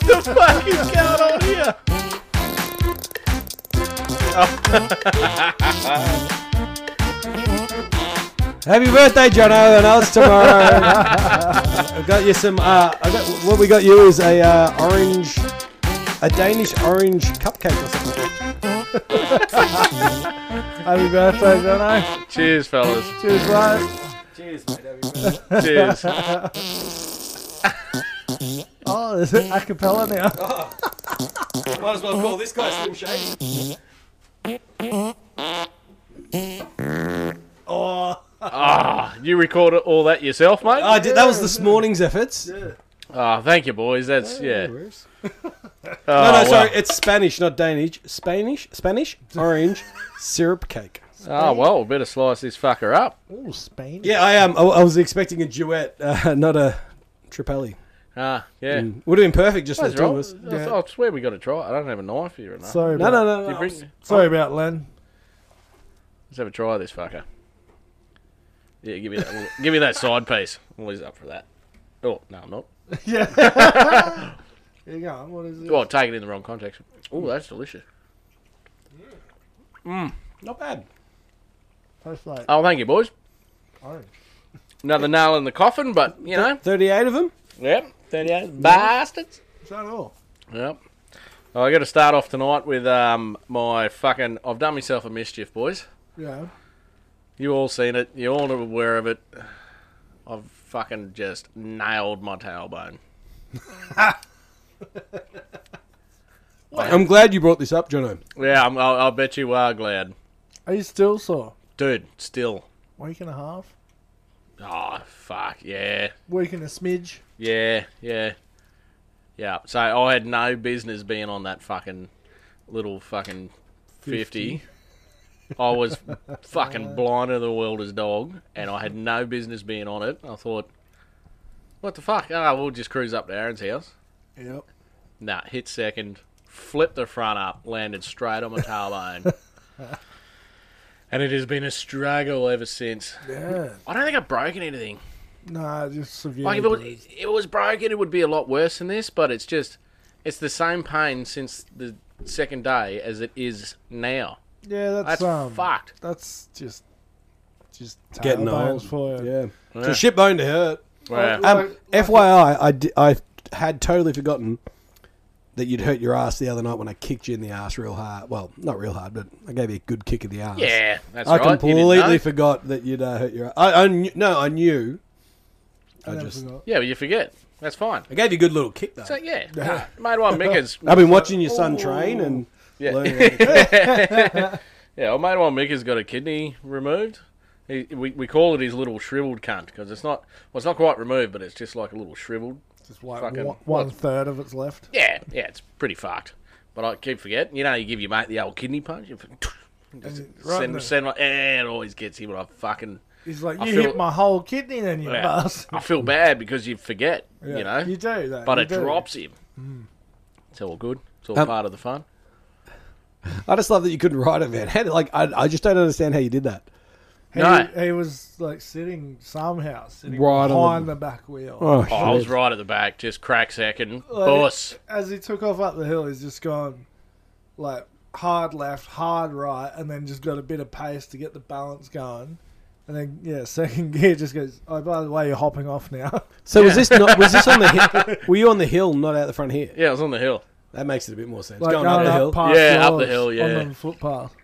the fuck is going on here? Happy birthday, Jono, and us tomorrow. I got you some. Uh, I got, what we got you is a uh, orange, a Danish orange cupcake or something. Happy birthday, Jono. Cheers, fellas. Cheers, guys. Cheers, mate. Happy birthday. Cheers. Oh, there's an acapella now. Might as well call this guy Slim Shady. Ah, you recorded all that yourself, mate? I did. That was this morning's efforts. Ah, thank you, boys. That's yeah. No, worries. Oh, no, no, well. sorry. It's Spanish, not Danish. Spanish, Spanish, orange syrup cake. Oh well, better slice this fucker up. Ooh, Spain. Yeah, I am. Um, I, I was expecting a duet, uh, not a tripelli. Ah, yeah. Would have been perfect just for the That's two of right. us. I, I swear we got to try. it. I don't have a knife here. Enough. Sorry No, about, no, no, you no. bring, Sorry about Len. let's have a try of this fucker. Yeah, give me that. little- give me that side piece. I'm always up for that. Oh no, I'm not. Yeah. Here you go. What is it? Well, take it in the wrong context. Oh, that's delicious. Not bad. Tastes like Oh, thank you, boys. orange. Another nail in the coffin, but you know, Thirty-eight of them. yep, thirty-eight bastards. Is that all? Yep. Oh, I got to start off tonight with um my fucking. I've done myself a mischief, boys. Yeah. You all seen it. You all are aware of it. I've fucking just nailed my tailbone. I'm glad you brought this up, Jono. Yeah, I'm, I'll, I'll bet you are glad, Are you still sore? dude. Still. Week and a half? Oh fuck yeah, Week and a smidge? yeah, yeah, yeah. So I had no business being on that fucking little fucking fifty. I was fucking blind of the world as dog, and I had no business being on it. I thought, what the fuck? Ah, we'll just cruise up to Aaron's house. Yep. Nah, hit second, flipped the front up, landed straight on my tailbone. and it has been a struggle ever since. Yeah. I don't think I've broken anything. No, just severe. Like if it was, if it was broken, it would be a lot worse than this. But it's just, it's the same pain since the second day as it is now. yeah, that's, That's um, fucked. That's just, just Getting tailbones old. for you. Yeah. It's Yeah. a shit bone to hurt. Well, Like- Um, FYI, I, di- I had totally forgotten that you'd hurt your ass the other night when I kicked you in the ass real hard. Well, not real hard, but I gave you a good kick in the ass. yeah, that's I right. You didn't know? completely forgot that you'd uh, hurt your ass. I, I knew, no, I knew. I, never just forgot. yeah, but you forget. That's fine. I gave you a good little kick though. So yeah, nah, made one Mickers. I've been watching your son train and Yeah. learning. how to kick. Yeah, old mate of mine, Mick, has got a kidney removed. He, we, we call it his little shriveled cunt because it's not well, it's not quite removed, but it's just like a little shriveled. Just like Fucking- one, one third of it's left. Yeah, yeah, it's pretty fucked. But I keep forgetting. You know, you give your mate the old kidney punch. You just And right in send, the- send one, eh, it always gets him. And I fucking He's like, I you feel- hit my whole kidney, then you Yeah. bust. I feel bad because you forget. Yeah, You know, you do that. but you it do. Hmm. drops him. It's all good. It's all Um, part of the fun. I just love that you couldn't write it, man. How did- like, I, I just don't understand how you did that. He, No. he was like sitting somehow, sitting Right on the- behind the... back wheel. Oh, I was right at the back, just crack second, Like, boss. As he took off up the hill, he's just gone like hard left, hard right, and then just got a bit of pace to get the balance going. And then yeah, second gear just goes. Oh, by the way, you're hopping off now. So was this not, was this on the hill? Were you on the hill, not out the front here? Yeah, I was on the hill. That makes it a bit more sense. like going up the hill. past Yeah, up the yours hill, yeah. on the footpath.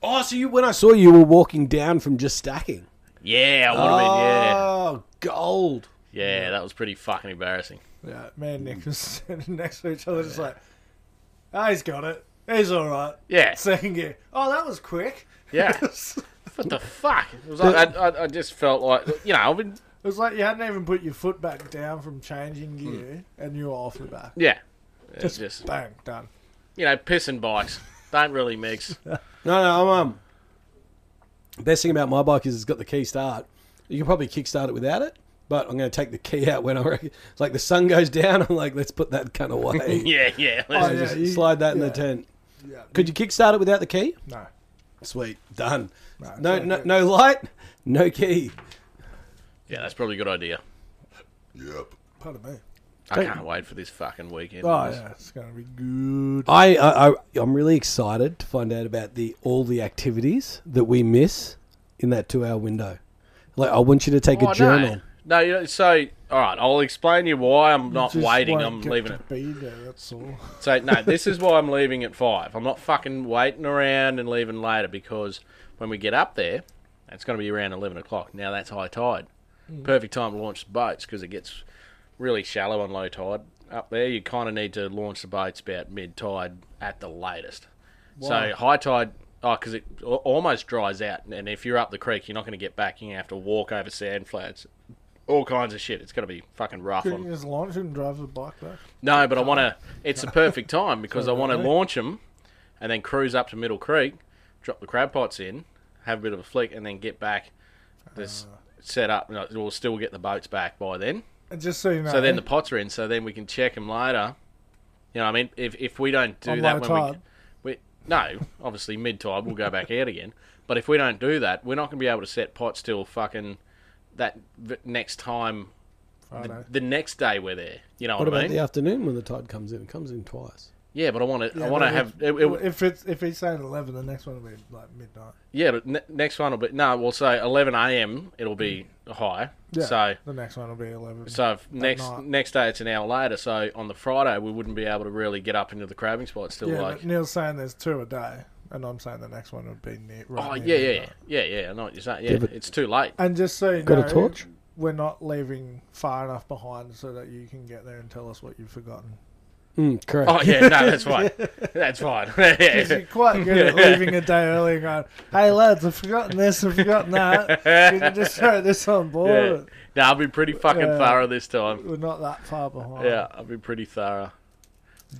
Oh, so you when I saw you, you were walking down from just stacking. Yeah, I would have been. Yeah. Oh, gold. Yeah, that was pretty fucking embarrassing. Yeah, me and Nick was standing next to each other, just like, oh, he's got it. He's all right. Yeah, Second gear. Oh, that was quick. yeah. what the fuck? It was like, I, I, I just felt like you know I've been It was like you hadn't even put your foot back down from changing gear, and you were off the back. Yeah. It's just, bang done. you know, piss and bikes don't really mix. No, no, I'm um. Best thing about my bike is it's got the key start. You can probably kickstart it without it, but I'm going to take the key out when I reckon. It's like the sun goes down. I'm like, let's put that gun away. Yeah, yeah. Oh, let's- yeah, Just you- slide that in the yeah. tent. Yeah, Could you kickstart it without the key? no. Sweet, done. No, No, it's no, okay. no light, no key. yeah, that's probably a good idea. Pardon me. I can't wait for this fucking weekend. Oh yeah, it's gonna be good. I, I, I I'm really excited to find out about the all the activities that we miss in that two hour window. Like, I want you to take Oh, a journal. No, no you know, so all right, I'll explain to you why I'm not Just waiting. won't I'm get leaving to it. Be there. That's all. So no, this is why I'm leaving at five. I'm not fucking waiting around and leaving later because when we get up there, it's going to be around eleven o'clock. Now that's high tide, perfect time to launch the boats because it gets really shallow on low tide up there. You kind of need to launch the boats about mid tide at the latest. So high tide, oh, because it al- almost dries out, and if you're up the creek, you're not going to get back. You have to walk over sand flats, all kinds of shit. It's going to be fucking rough Couldn't on you just launch and drive the bike back? no, but I want to. It's the perfect time because I want to launch them, and then cruise up to Middle Creek, drop the crab pots in, have a bit of a flick, and then get back. This Ah. set up. no, We'll still get the boats back by then. And just so you know, So then the pots are in. So then we can check them later. You know, what I mean, if if we don't do On that low when tide? we, we no, obviously mid tide we'll go back out again. But if we don't do that, we're not going to be able to set pots till fucking that v- next time. The, Friday. the next day we're there. You know What what, I about mean? the afternoon when the tide comes in? It comes in twice. Yeah, but I want to. Yeah, I want to but have. if- It, it, if it's if he's saying eleven, the next one will be like midnight. yeah, but ne- next one will be no. We'll say eleven a.m. It'll be high. Yeah. So the next one will be eleven. so if next night. next day it's an hour later. So on the Friday we wouldn't be able to really get up into the crabbing spot. Still yeah, like but Neil's saying there's two a day, and I'm saying the next one would be near. Right oh near yeah yeah yeah midnight. yeah yeah. I know what you're saying. Yeah, but- it's too late. And just so you Got a know, torch? We're not leaving far enough behind so that you can get there and tell us what you've forgotten. Mm, correct. Oh yeah, no, that's fine. that's fine. Because yeah. you're quite good at leaving a day early and going, hey lads, I've forgotten this, I've forgotten that. You can just throw this on board. No, I'll be pretty fucking Yeah. thorough this time. We're not that far behind. Yeah, I'll be pretty thorough.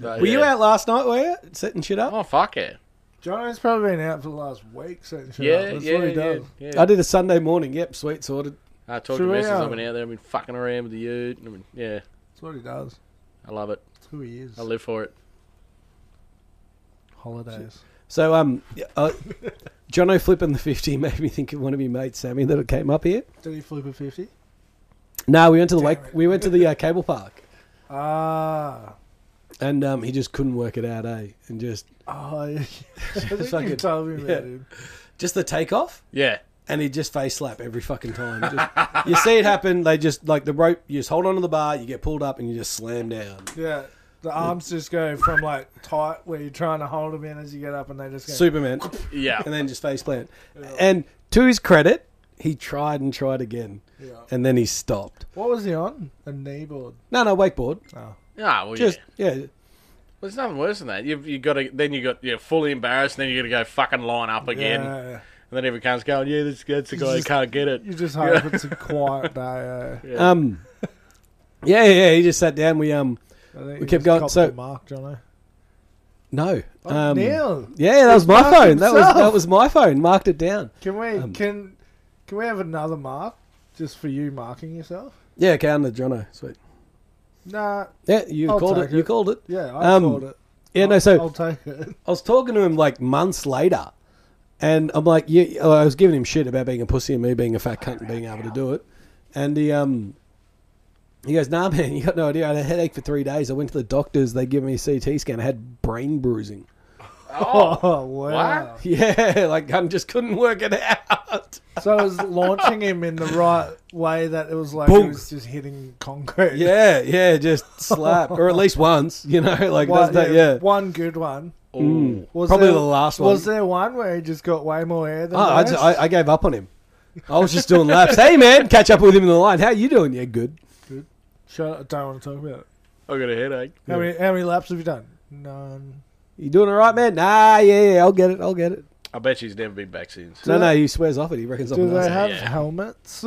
But, Were you yeah. out last night? Were you setting shit up? Oh fuck it. Jono's probably been out for the last week, so shit up. Yeah, That's yeah, what he yeah, does. yeah. I did a Sunday morning. Yep, sweet sorted. I talked to True, Mrs. yeah. I've been out there. I've been fucking around with the ute. I mean, yeah, That's what he does. I love it. That's who he is. I live for it. Holidays. So, um, yeah, uh, John O'Flip and the 50 made me think of one of your mates, Sammy, that came up here. Did he flip a 50? No, we went to the Damn lake. it. We went to the uh, cable park, Ah. and um, he just couldn't work it out, eh? And just Oh, yeah. I think you Fucking- told me about yeah. him. just the takeoff, Yeah, and he'd just face slap every fucking time. Just, you see it happen. They just like the rope. You just hold onto the bar. You get pulled up, and you just slam down. Yeah. The arms just go from like tight where you're trying to hold them in as you get up and they just go. Superman, yeah. and then just face plant. And to his credit, he tried and tried again, Yeah. and then he stopped. What was he on? A kneeboard. No, no wakeboard. Ah, well, Just yeah. yeah. There's nothing worse than that. You've you got to then you got you're fully embarrassed. And then you got to go fucking line up again, and Yeah. then everyone's going, yeah, this that's the guy who just- can't get it. You just hope it's a quiet day. eh? Um, yeah, yeah, yeah. He just sat down. We um, I think We you kept just going, copped so- the mark, Jono. no. Oh, Um, Neil, Yeah, that was my marked phone. That was himself. that was my phone. Marked it down. can we um, can can we have another mark just for you marking yourself? Yeah, okay, under Jono. Sweet. Nah, Yeah, you I'll called it, take You it. called it. yeah, I Um, called it. Yeah, I'll- no. So I'll take it. I was talking to him like months later, and I'm like, yeah, I was giving him shit about being a pussy and me being a fat cunt and being able to do it, and he um, he goes, nah, man, you got no idea. I had a headache for three days. I went to the doctors. They give me a CT scan. I had brain bruising. Oh, Oh wow! Yeah, like I just couldn't work it out. So I was launching him in the right way that it was like Boom. it was just hitting concrete. Yeah, yeah, just slap or at least once, you know, like One, that's that, yeah. one good one. Ooh. Was Probably there- the last Was one. there one where he just got way more air than Oh, I, the ju- rest? I, I gave up on him. I was just doing laps. Hey, man, catch up with him in the line. How you doing? Yeah, good. Shut up, I don't want to talk about it. I got a headache. How many how many laps have you done? None. You doing all right, man? Nah, yeah, yeah, I'll get it. I'll get it. I bet she's never been back since. No, Do no, they- Oh, he swears off it. He reckons I'm Do they nasty. have Yeah. helmets?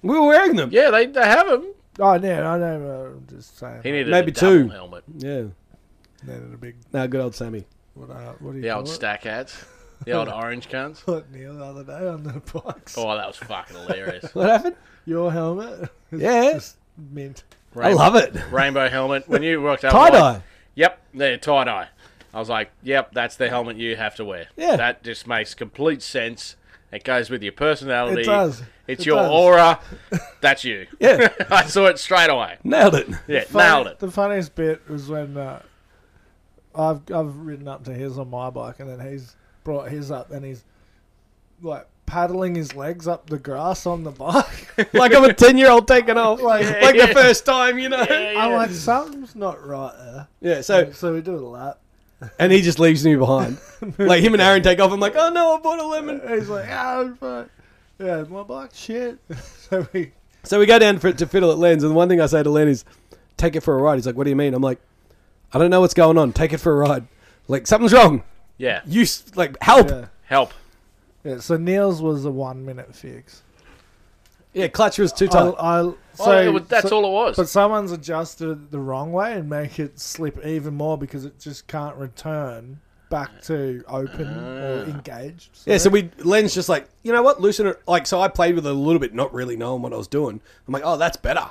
We were wearing them. Yeah, they, they have him. Oh, no, I know. uh, I'm just saying. He needed Maybe a double two. helmet. Yeah. Needed a big. No, good old Sammy. What, uh, what do you The call old it? stack hats. The old orange cunts. Put Neil the other day on the box. Oh, that was fucking hilarious. What happened? Your helmet. is Yeah. Just mint. I Rainbow, love it. rainbow helmet. When you worked out Tie like, dye. Yep, they're tie dye. I was like, yep, that's the helmet you have to wear. Yeah. That just makes complete sense. It goes with your personality. It does. It's It your does. aura. That's you. Yeah. I saw it straight away. Nailed it. Yeah, Funny- nailed it. The funniest bit was when uh, I've I've ridden up to his on my bike, and then he's brought his up, and he's like paddling his legs up the grass on the bike. Like I'm a 10 year old taking off. Like, Yeah, like yeah. the first time, you know? Yeah, yeah. I'm like, something's not right there. Yeah, so, so we do a lap. and he just leaves me behind. like him and Aaron take off. I'm like, oh no, I bought a lemon. And he's like, oh fuck, yeah, my bike shit. so we So we go down for, to fiddle at Len's, and the one thing I say to Len is, "Take it for a ride." He's like, "What do you mean?" I'm like, "I don't know what's going on. Take it for a ride. Like something's wrong. Yeah. You s- like help." Yeah, yeah. Help. yeah. So Neil's was a one minute fix. clutch was too tight. I'll, I'll, so oh, it was, that's so- all it was. But someone's adjusted it the wrong way and make it slip even more because it just can't return back to open or engaged. yeah, so we Len's just like, you know what, loosen it. Like, so I played with it a little bit, not really knowing what I was doing. I'm like, "Oh, that's better."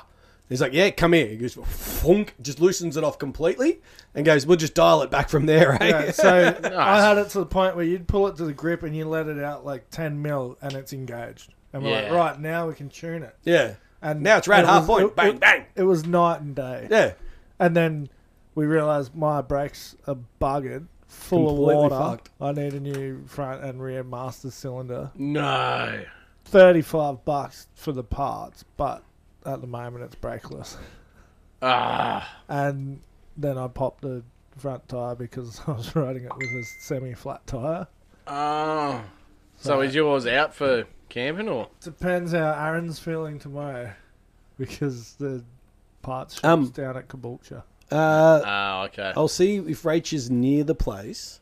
He's like, "Yeah, come here." He goes, "Funk," just loosens it off completely, and goes, "We'll just dial it back from there." Right? Yeah, so I had it to the point where you'd pull it to the grip and you let it out like 10 mil and it's engaged. And we're like, Yeah. right now we can tune it. yeah. And Now it's right it half was- point. it- bang, it- bang. It was night and day. Yeah. And then we realized my brakes are buggered, full Completely of water. fucked. I need a new front and rear master cylinder. no. 35 bucks for the parts, but at the moment it's brakeless. Ah. And then I popped the front tire because I was riding it with a semi-flat tire. Oh. So is yours out for camping or? Depends how Aaron's feeling tomorrow because the parts shop's Um, down at Caboolture. Uh, Oh, okay. I'll see if Rach is near the place.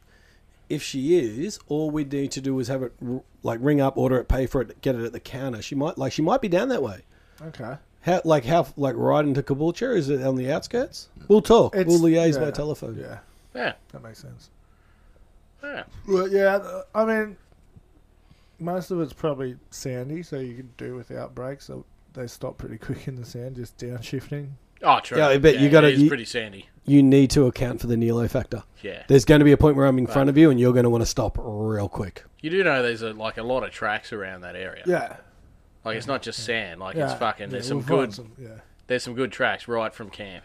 If she is, all we need to do is have it r- like ring up, order it, pay for it, get it at the counter. She might like she might be down that way. Okay. How like how like right into Caboolture? Is it on the outskirts? We'll talk. It's- we'll liaise yeah. by telephone. Yeah, Yeah. that makes sense. Yeah. Well, yeah, th- I mean, most of it's probably sandy, so you can do without brakes. So they stop pretty quick in the sand, just downshifting. Oh, true. Yeah, I bet you gotta- It's you- pretty sandy. You need to account for the Nilo factor. Yeah. There's going to be a point where I'm in front of you, and you're going to want to stop real quick. You do know there's a, like a lot of tracks around that area. Yeah. Like it's not just sand. Like yeah. it's fucking. Yeah, There's we'll some find good. some- yeah. There's some good tracks right from camp.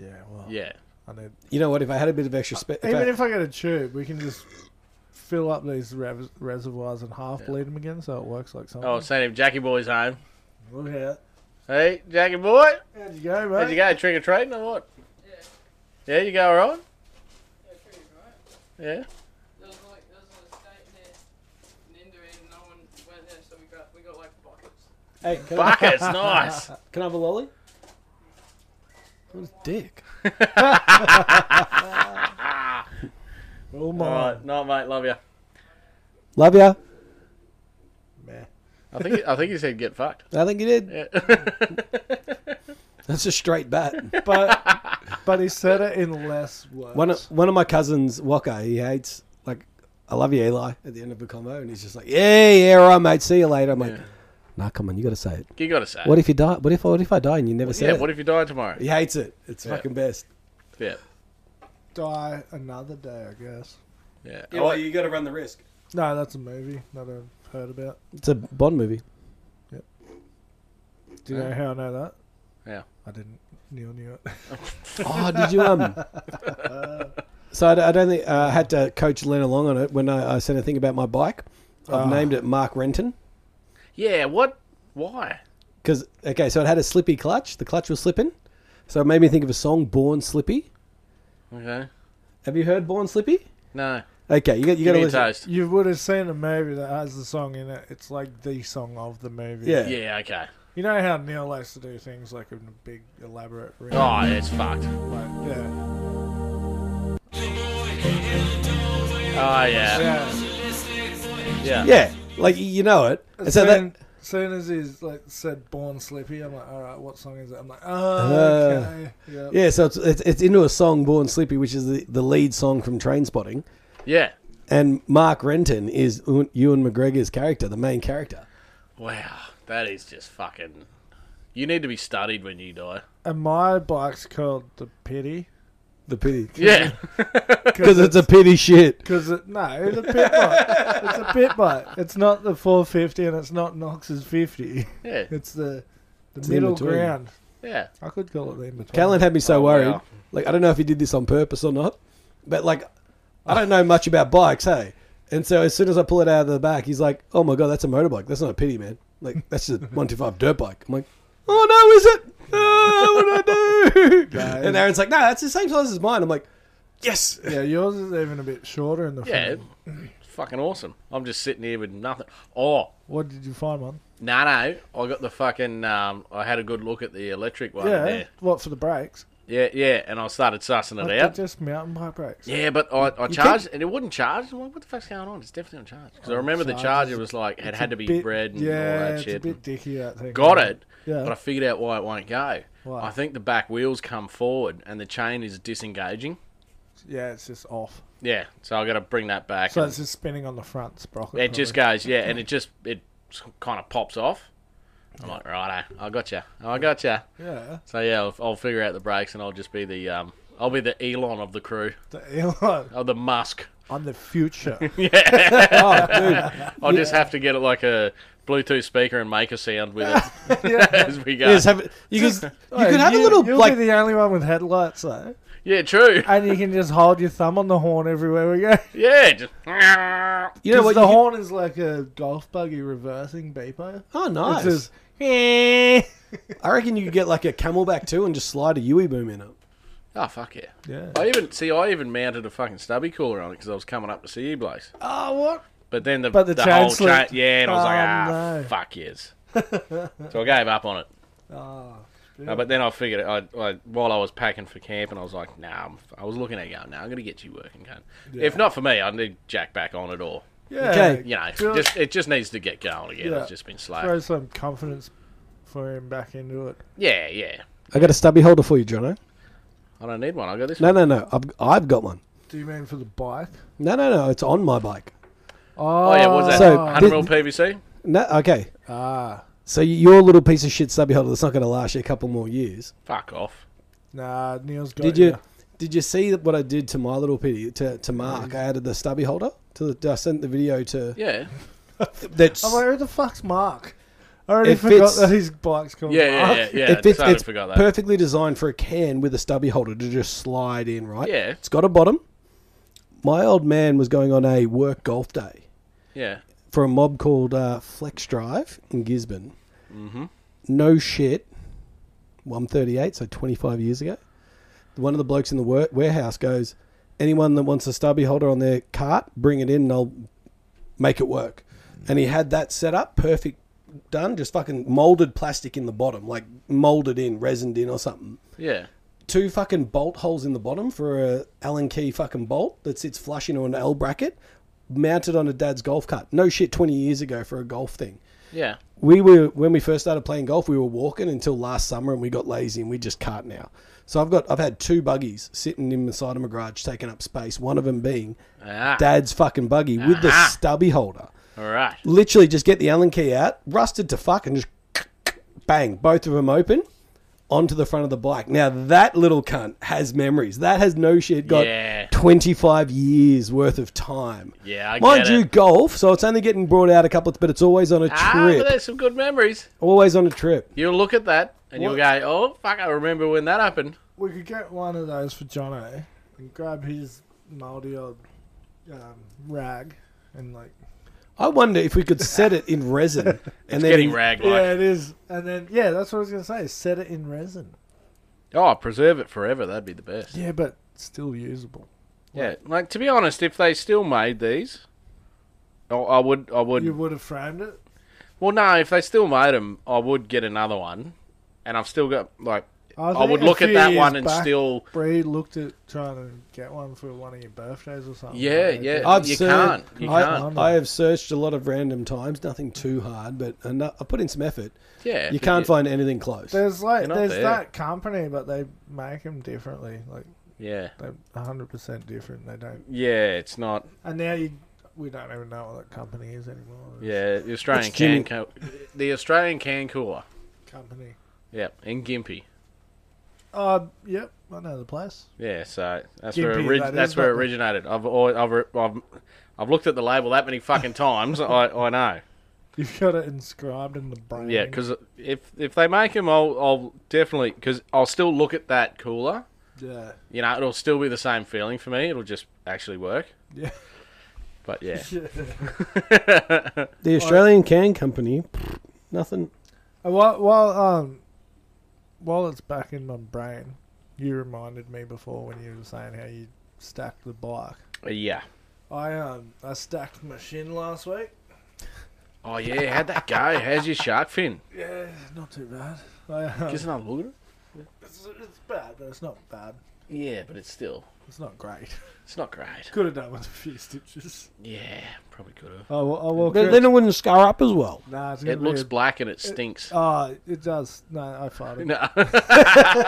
Yeah, well, Yeah. I need You know what? If I had a bit of extra space, Even if I get a tube, we can just fill up these rev- reservoirs and half bleed them again, so it works like something. Oh, same. Jackie boy's home. look at Hey, Jackie boy, How'd you go, mate? how'd you go? Trick or treating or what? Yeah. Yeah, you go all right. Yeah. There was like there was an estate there in India and no one went there, so we got we got like buckets. hey, can, I, Buckets, nice. can I have a lolly? What a dick. Oh All my! right, night, mate. Love you. Love ya. Meh. I think I think he said get fucked. I think you did. Yeah. That's a straight bat. But but he said it in less words. One of, one of my cousins, Walker, he hates like, I love you, Eli. At the end of the convo, and he's just like, yeah, yeah, all right, mate. See you later. I'm like, nah, come on, you got to say it. you gotta say. it. What if you die? What if what if I die and you never say yeah. it? What if you die tomorrow? he hates it. It's Yeah. fucking best. Yeah. Die another day, I guess. Yeah. Oh, you got to run the risk. No, that's a movie that I've heard about. It's a Bond movie. Do you know how I know that? Yeah. I didn't. Neil knew it. Oh, did you um? so I, d- I don't think uh, I had to coach Len along on it when I, I said a thing about my bike. I've Ah. named it Mark Renton. Yeah. What? Why? Because okay, so it had a slippy clutch. The clutch was slipping, so it made me think of a song, "Born Slippy." Okay. Have you heard "Born Slippy"? No. Okay, you got you got to Give me a listen. toast. You would have seen a movie that has the song in it. It's like the song of the movie. Yeah. Yeah. Okay. You know how Neil likes to do things like in a big elaborate. room? Oh, it's fucked. Like, yeah. Oh yeah. Yeah. Yeah. Yeah, like you know it. And It's so been that soon as he's like said "Born Slippy," I'm like, "All right, what song is it?" I'm like, Uh-huh. "Oh, okay, yep. Yeah, so it's, it's it's into a song "Born Sleepy," which is the, the lead song from Train Spotting, Yeah. and Mark Renton is Ewan Ewan McGregor's character, the main character. Wow. That is just fucking. You need to be studied when you die. And my bike's called the Pity The pity, Yeah. because it's a pity shit. because it no, the pit bike. It's a pit bike. It's not the 450, and it's not Knox's 50. yeah. It's the the in middle between. ground. Yeah. I could call it the in between. Callan had me so worried. Oh, wow. Like I don't know if he did this on purpose or not, but like I don't know much about bikes, hey. And so as soon as I pull it out of the back, he's like, "Oh my god, that's a motorbike. That's not a pity, man. Like that's just a one two five dirt bike." I'm like, "Oh no, is it? Oh, what do I do?" Guys. and Aaron's like, "No, that's the same size as mine." I'm like, "Yes." yeah, yours is even a bit shorter in the Yeah. front. It's fucking awesome. I'm just sitting here with nothing. Oh, What did you find one? no, no. I got the fucking. Um, I had a good look at the electric one yeah. there. What for the brakes? Yeah, yeah. And I started sussing it Like, out. they're Just mountain bike brakes. Yeah, but I, I charged and it wouldn't charge. I'm like, what the fuck's going on? It's definitely on charge. Because I remember the charges. charger was like, it had to be Bit- red and yeah, all that it's shit. a bit dicky that thing. Got it, Yeah. but I figured out why it won't go. Why? I think the back wheels come forward and the chain is disengaging. Yeah, it's just off. Yeah, so I got to bring that back. So and it's just spinning on the front sprocket. it just goes, yeah, and it just it kind of pops off. I'm like, right, I got you, I got you. Yeah, So yeah, I'll, I'll figure out the brakes and I'll just be the um, I'll be the Elon of the crew, the Elon. of the Musk. I'm the future. Yeah. Oh, dude, I'll just have to get it like a Bluetooth speaker and make a sound with it as we go. you just have it. You could you could have you, a little You'll like be the only one with headlights though, yeah, true. and you can just hold your thumb on the horn everywhere we go. Yeah, just you know 'Cause what the you could- horn is like a golf buggy reversing beeper. Oh It's nice! just yeah, I reckon you could get like a Camelback too and just slide a Yui boom in it. oh fuck yeah. yeah. I even see. I even mounted a fucking stubby cooler on it because I was coming up to see you, blokes. Oh what? But then the But the chain whole chain, slipped. yeah, and I was like, Oh, ah, no. fuck yes. so I gave up on it. Oh, Uh, but then I figured, I, I, while I was packing for camp, and I was like, nah, I'm, I was looking at you. Now I'm gonna get you working, cunt. If not for me, I need Jack back on it, or yeah. Okay. you know, Good. just it just needs to get going again. Yeah. It's just been slow. Throw some confidence for him back into it. Yeah, yeah. I got a stubby holder for you, Jono. I don't need one. I got this. No, one. no, no. I've, I've got one. Do you mean for the bike? No, no, no. It's on my bike. Oh yeah, what's that? So, 100 thi- mil PVC. No, okay. Ah, So y- your little piece of shit stubby holder that's not going to last you a couple more years. Fuck off. nah, Neil's got Did you? Did you see what I did to my little pity to, to Mark? I added the stubby holder to the. I sent the video to. Yeah, That's I'm like, Oh, who the fuck's Mark? I already It forgot fits- that his bike's called yeah, yeah, Mark. yeah. yeah. it fits, totally it's forgot that. perfectly designed for a can with a stubby holder to just slide in, right? Yeah. It's got a bottom. My old man was going on a work golf day. Yeah, for a mob called uh, Flex Drive in Gisborne. Mm-hmm. No shit. 138, so 25 years ago. One of the blokes in the wor- warehouse goes, anyone that wants a stubby holder on their cart, bring it in and I'll make it work. And he had that set up, perfect, done, just fucking molded plastic in the bottom, like molded in, resined in or something. yeah. Two fucking bolt holes in the bottom for a Allen key fucking bolt that sits flush into an L bracket, mounted on a dad's golf cart. No shit, 20 years ago for a golf thing. Yeah. We were when we first started playing golf, we were walking until last summer, and we got lazy and we just cart now. So I've got I've had two buggies sitting in the side of my garage, taking up space. One of them being Ah, dad's fucking buggy with the Ah. stubby holder. all right. Literally, just get the Allen key out, rusted to fuck, and just bang, both of them open onto the front of the bike. Now that little cunt has memories. That has no shit. Got Yeah. twenty five years worth of time. Yeah, I Mind get you, it. golf. So it's only getting brought out a couple, but it's always on a Ah, trip. but there's some good memories. Always on a trip. You'll look at that and you'll What? go, oh fuck, I remember when that happened. We could get one of those for Jono and grab his mouldy old um, rag and like. I wonder if we could set it in resin and then Getting in- rag Yeah, like. it is. And then yeah, that's what I was gonna say. Set it in resin. Oh, preserve it forever. That'd be the best. Yeah, but still usable. Yeah. Like to be honest, if they still made these, oh, I would, I would. You would have framed it. Well, no, if they still made them, I would get another one, and I've still got like I would look at that one and still. Bree looked at trying to get one for one of your birthdays or something. Yeah, Like, yeah. I've you seen- can't. You I, can't. I have searched a lot of random times, nothing too hard, but eno- I put in some effort. yeah. You can't find anything close. There's like You're not there's there. that company, but they make them differently. Like Yeah. they're 100 percent different. They don't. Yeah, it's not. And now you, we don't even know what that company is anymore. It's Yeah, the Australian It's Jimmy. can. Co- the Australian can cooler. Company. Yep, in Gimpy. Uh, yep. I know the place. Yeah, so that's Gimpy, where ori- that is, that's where it but- originated. I've, always, I've re- I've I've looked at the label that many fucking times. I, I know. You've got it inscribed in the brain. Yeah, because if if they make them, I'll I'll definitely because I'll still look at that cooler. yeah, You know, it'll still be the same feeling for me. It'll just actually work. yeah. But yeah, the Australian Can Company, pfft, nothing. Uh, While, while um, while it's back in my brain, you reminded me before when you were saying how you stacked the bike. yeah. I um, I stacked my shin last week. Oh yeah, how'd that go? How's your shark fin? Yeah, not too bad. I, um, Just another look at it. it's, it's bad, but it's not bad. Yeah, but it's still It's not great. it's not great. Could have done with a few stitches. Yeah, probably could have. I, wa- I walk. Then, then it wouldn't scar up as well. nah, it's gonna It be looks A, black and it stinks. oh, it does. No, I farted. No, No.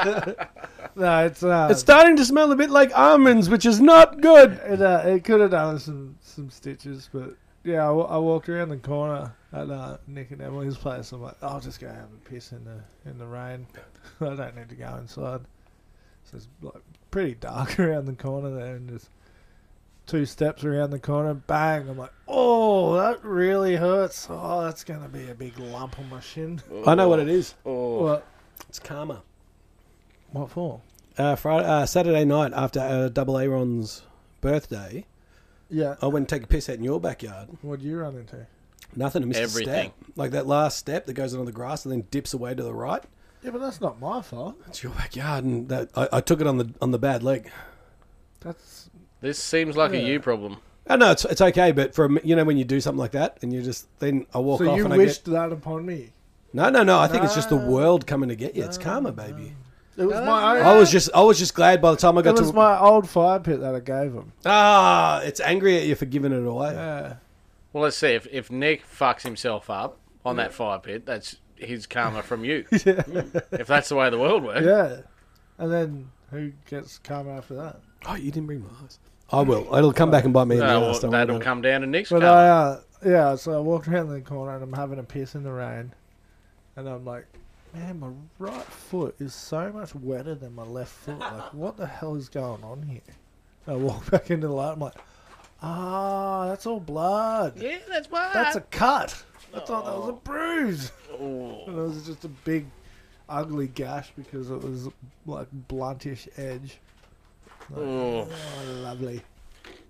it's uh, It's starting to smell a bit like almonds, which is not good. It, uh, it could have done with some some stitches, but yeah, I, wa- I walked around the corner at uh, Nick and Emily's place. I'm like, I'll just go have a piss in the in the rain. I don't need to go inside. So it's like pretty dark around the corner there, and just two steps around the corner, bang! I'm like, oh, that really hurts. Oh, that's gonna be a big lump on my shin. I know what it is. Oh, What? It's karma. What for? Uh, Friday, uh, Saturday night after uh, Double Aaron's birthday, Yeah. I went to take a piss out in your backyard. What'd you run into? Nothing. I missed a Everything. step. Like that last step that goes under the grass and then dips away to the right. Yeah, but that's not my fault. It's your backyard, and that I, I took it on the on the bad leg. That's this seems like Yeah. a you problem. Oh no, it's it's okay, but for a mi- you know when you do something like that and you just then I walk so off you and I wished get that upon me. no no no. I think it's just the No, world coming to get you. It's karma, baby. It was my own. I was just I was just glad by the time I It got was to my old fire pit that I gave him. ah, it's angry at you for giving it away. Yeah. Well, let's see if if Nick fucks himself up on that fire pit. That's his karma from you. If that's the way the world works. uh, Yeah. And then who gets come after that? Oh, you didn't bring my eyes. I will. It'll come back and bite me in the Uh, well, ass. Don't worry that'll about it. come down to Nick's But karma. I, uh, yeah, so I walked around the corner and I'm having a piss in the rain. And I'm like, man, my right foot is so much wetter than my left foot. Like, what the hell is going on here? I walk back into the light. I'm like, ah, that's all blood. yeah, that's why. That's a cut. I thought that was a bruise. Oh. And it was just a big, ugly gash because it was like bluntish edge. Oh, Oh, lovely.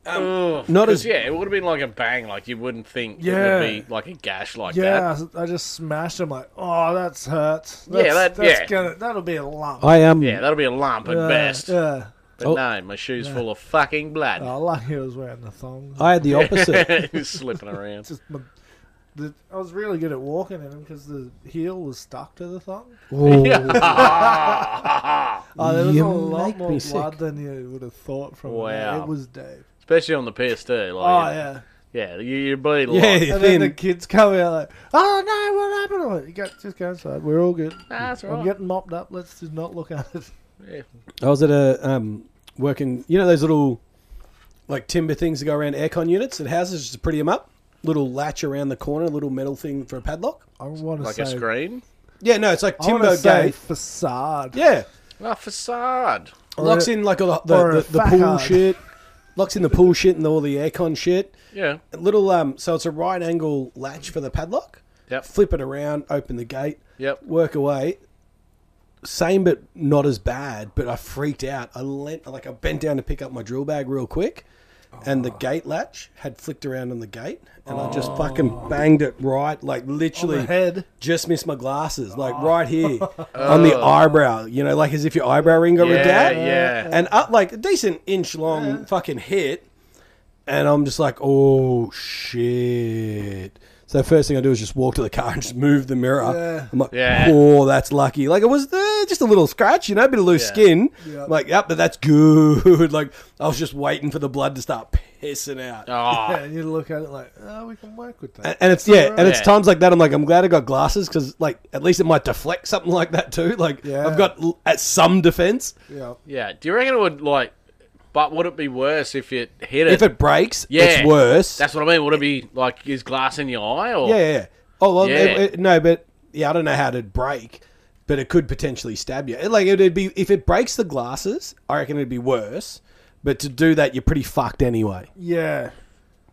oh. Um, not 'Cause, as- yeah. It would have been like a bang. Like you wouldn't think. Yeah. It would be like a gash like yeah, that. I, I just smashed him like, oh, that's hurts. Yeah, That's, that- that's yeah. gonna that'll be a lump. I am. Yeah, that'll be a lump at yeah, best. Yeah. But Oh. no, my shoe's full of fucking blood. Oh, lucky I was wearing the thongs. I had the opposite. He's slipping around. Just my, the, I was really good at walking in him because the heel was stuck to the thong. Ooh. Oh, there was You a lot make more me blood sick. than you would have thought from that. Wow. It was Dave. Especially on the PS2. Like, Oh yeah. yeah. you, you bleed a Yeah, lot. And thin. then the kids come out like, "Oh no, what happened?" I'm like, you got, just go inside. We're all good. Nah, that's I'm right. getting mopped up. Let's just not look at it. Yeah. I was at a um, working. You know those little like timber things that go around aircon units at houses just to pretty them up. Little latch around the corner, little metal thing for a padlock. I want to Like say a screen. Yeah, no, it's like I want to timber say gate. facade. Yeah, A Oh, facade. Or locks a- in like all or a the, the, the, the pool facade. shit. Locks in the pool shit and all the aircon shit. Yeah. A little um, so it's a right angle latch for the padlock. Yep. Flip it around, open the gate. Yep. work away. Same, but not as bad. But I freaked out. I lent, like I bent down to pick up my drill bag real quick, and the gate latch had flicked around on the gate, and I just Oh. fucking banged it right, like literally the head. just missed my glasses, like Oh. right here on the eyebrow. You know, like as if your eyebrow ring got ripped Yeah, out, yeah. and up like a decent inch long fucking hit, and I'm just like, oh shit. So first thing I do is just walk to the car and just move the mirror. Yeah. I'm like, Yeah. oh, that's lucky. Like it was eh, just a little scratch, you know, a bit of loose Yeah. skin. Yeah. I'm like, yep, but that's good. Like I was just waiting for the blood to start pissing out. Oh, Yeah, and you look at it like, oh, we can work with that. And, and it's yeah, and it's Yeah. times like that. I'm like, I'm glad I got glasses because like at least it might deflect something like that too. Like Yeah. I've got l- at some defense. yeah. yeah. Do you reckon it would like? But would it be worse if it hit it? If it breaks, yeah, it's worse. That's what I mean. Would it be like is glass in your eye or? yeah, yeah, yeah. Oh well, Yeah. It, it- no, but yeah, I don't know how it'd break, but it could potentially stab you. It- Like it'd be if it breaks the glasses, I reckon it'd be worse. But to do that, you're pretty fucked anyway. Yeah.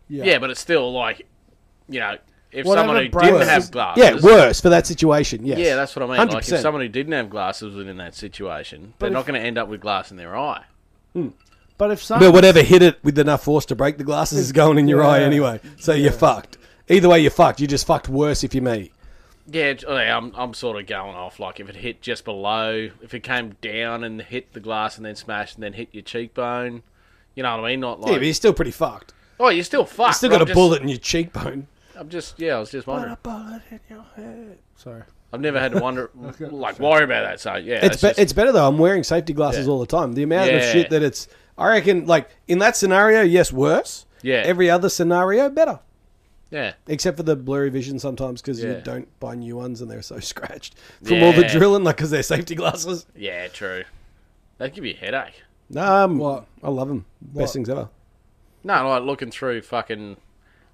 Yeah, but it's still like, you know, if Whatever someone who breaks- didn't have glasses. Yeah, worse for that situation. Yes. Yeah, that's what I mean. Like, if 100%. someone who didn't have glasses was in that situation, they're not going to end up with glass in their eye. But if some, But whatever hit it with enough force to break the glasses is going in your eye Yeah. anyway. So you're fucked. Either way, you're fucked. You're just fucked worse if you're me. Yeah, j- yeah, I'm, I'm sort of going off. Like, if it hit just below, if it came down and hit the glass and then smashed and then hit your cheekbone, you know what I mean? Not Yeah, like, but you're still pretty fucked. oh, you're still fucked. You still but got a I'm just- bullet in your cheekbone. I'm just, yeah, I was just wondering. bullet in your head. Sorry. I've never had to wonder, like, worry about that. So, yeah, uh, It's it's, be- just, it's better though. I'm wearing safety glasses Yeah. all the time. The amount of Yeah. shit that it's, I reckon, like in that scenario, yes, worse. Yeah. Every other scenario, better, yeah, except for the blurry vision sometimes because Yeah. you don't buy new ones and they're so scratched from all the Yeah. drilling, like because they're safety glasses. yeah, true. That'd give you a headache. Um, What? I love them. What? Best things ever. No, like looking through fucking,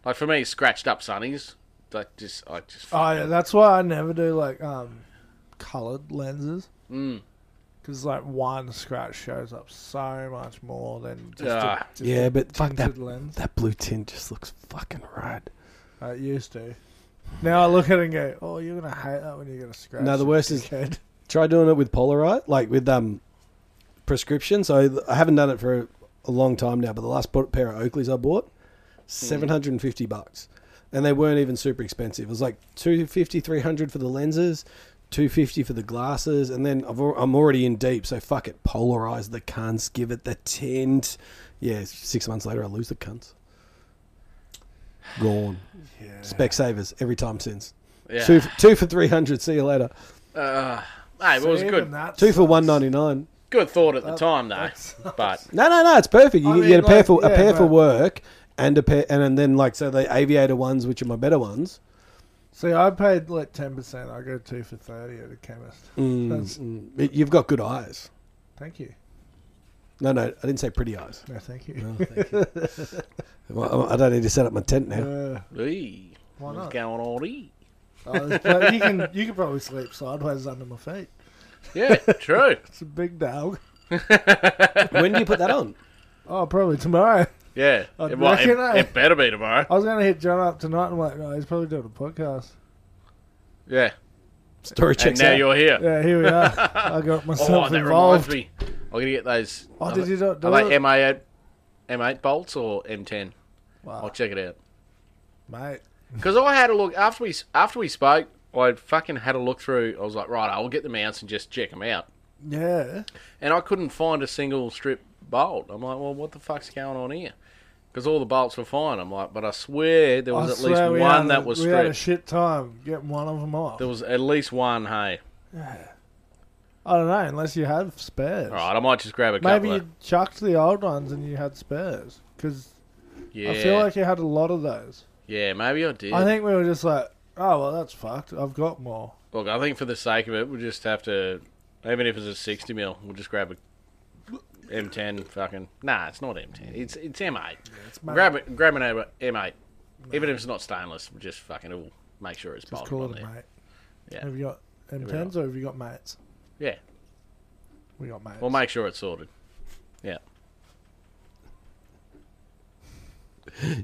like for me, scratched up sunnies. Like just, I just. Oh, yeah, that's why I never do like um, colored lenses. Mm. Because like one scratch shows up so much more than just. a- Ah. just Yeah, a but fuck that. tinted lens. That blue tint just looks fucking rad. I used to. Now I look at it and go, "Oh, you're gonna hate that when you get a scratch." No, the worst is- Dickhead. Try doing it with Polaroid, like with um, prescription. So I haven't done it for a long time now, but the last bo- pair of Oakleys I bought, Hmm. seven hundred and fifty bucks, and they weren't even super expensive. It was like 250 300 for the lenses, two fifty for the glasses, and then I've, al- I'm already in deep. So fuck it, polarize the cunts, give it the tint. Yeah, six months later I lose the cunts. Gone. Yeah. Spec savers every time since. yeah. Two, two for three hundred. See you later. Uh, hey, but it was See, good. even that Two for sucks. one ninety nine. Good thought at the That- time though, that but No, no, no. It's perfect. You I get- you mean, get a pair like, for a yeah, pair for but- work and a pair, and, and then like so the aviator ones, which are my better ones. See, I paid like ten percent. I go two for thirty at a chemist. That's- Mm, mm. You've got good eyes. Thank you. No, no, I didn't say pretty eyes. No, thank you. Well, I I don't need to set up my tent now. Uh, Eee, why what's not? going on? Eee? Oh, it's- but you can you can probably sleep sideways under my feet. Yeah, true. It's a big dog. when do you put that on? Oh, probably tomorrow. Yeah, I'd it, might- it- reckon, eh? it better be tomorrow. I was going to hit John up tonight. and I'm like, no, he's probably doing a podcast. Yeah, Story and checks now out. you're here. Yeah, here we are. I got myself oh, that reminds involved. me. I'm gonna get those. Oh, are did they- you not do Are they it? M8, M8 bolts or M10? I'll Wow, check it out. mate. Because I had a look after we after we spoke. I fucking had a look through. I was like, right, I'll get the mounts and just check them out. Yeah. And I couldn't find a single strip bolt. I'm like, well, what the fuck's going on here? Because all the bolts were fine. I'm like, but I swear there was I at least swear we one had that a- was We had a stripped. shit time getting one of them off. There was at least one. Hey, I don't know, unless you have spares. all right, I might just grab a couple. Maybe you of, chucked the old ones and you had spares. Because yeah, I feel like you had a lot of those. yeah, maybe I did. I think we were just like, oh, well, that's fucked. I've got more. Look, I think for the sake of it, we just have to, even if it's a 60 mil, we'll just grab a M10. Fucking nah, it's not M10. It's it's M8. grab it, grab an M8. Even if it's not stainless, we just fucking it will make sure it's Just bolted call on it a there. mate. Yeah. Have you got M10s or have you got mates? Yeah, We got mates. we'll make sure it's sorted.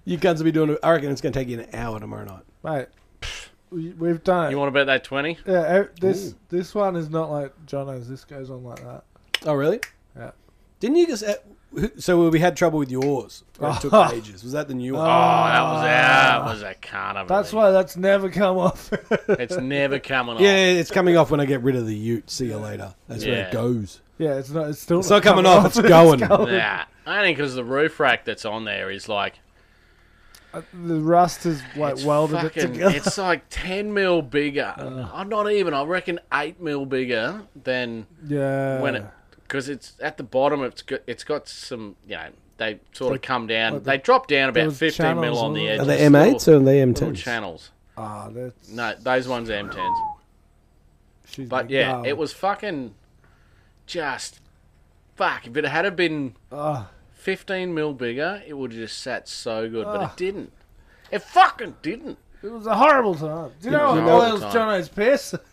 You guns will be doing. it- I reckon it's going to take you an hour tomorrow night. Mate, we, we've done it. You want to bet that 20? Yeah, uh, this this one is not like Jono's. This goes on like that. Oh really? Yeah. Didn't you just? Uh, who- so we had trouble with yours. Where it took ages. Was that the new one? Oh, that was that was a kind of. a That's thing. why that's never come off. it's never coming off. Yeah, it's coming off when I get rid of the Ute. See you later. That's where Yeah. it goes. yeah, it's not. It's still. It's not coming off. It's going. Nah, only because the roof rack that's on there is like Uh, The rust is like It's welded it fucking- together. Uh. It's like ten mil bigger. I'm not even. I reckon eight mil bigger than yeah. when it because it's at the bottom. It's got, it's got some. You know, they sort of come down. like the- they drop down about those fifteen mil channels on and the all edge. that. Are they M8s or are they M10s? channels? Ah, that's No, those ones are M10s. Oh, she's But like, yeah, oh, it was fucking just fuck. If it had have been oh, fifteen mil bigger, it would have just sat so good. But it didn't. It fucking didn't. it was a horrible time. Do you know was what a horrible boils time. Jono's piss?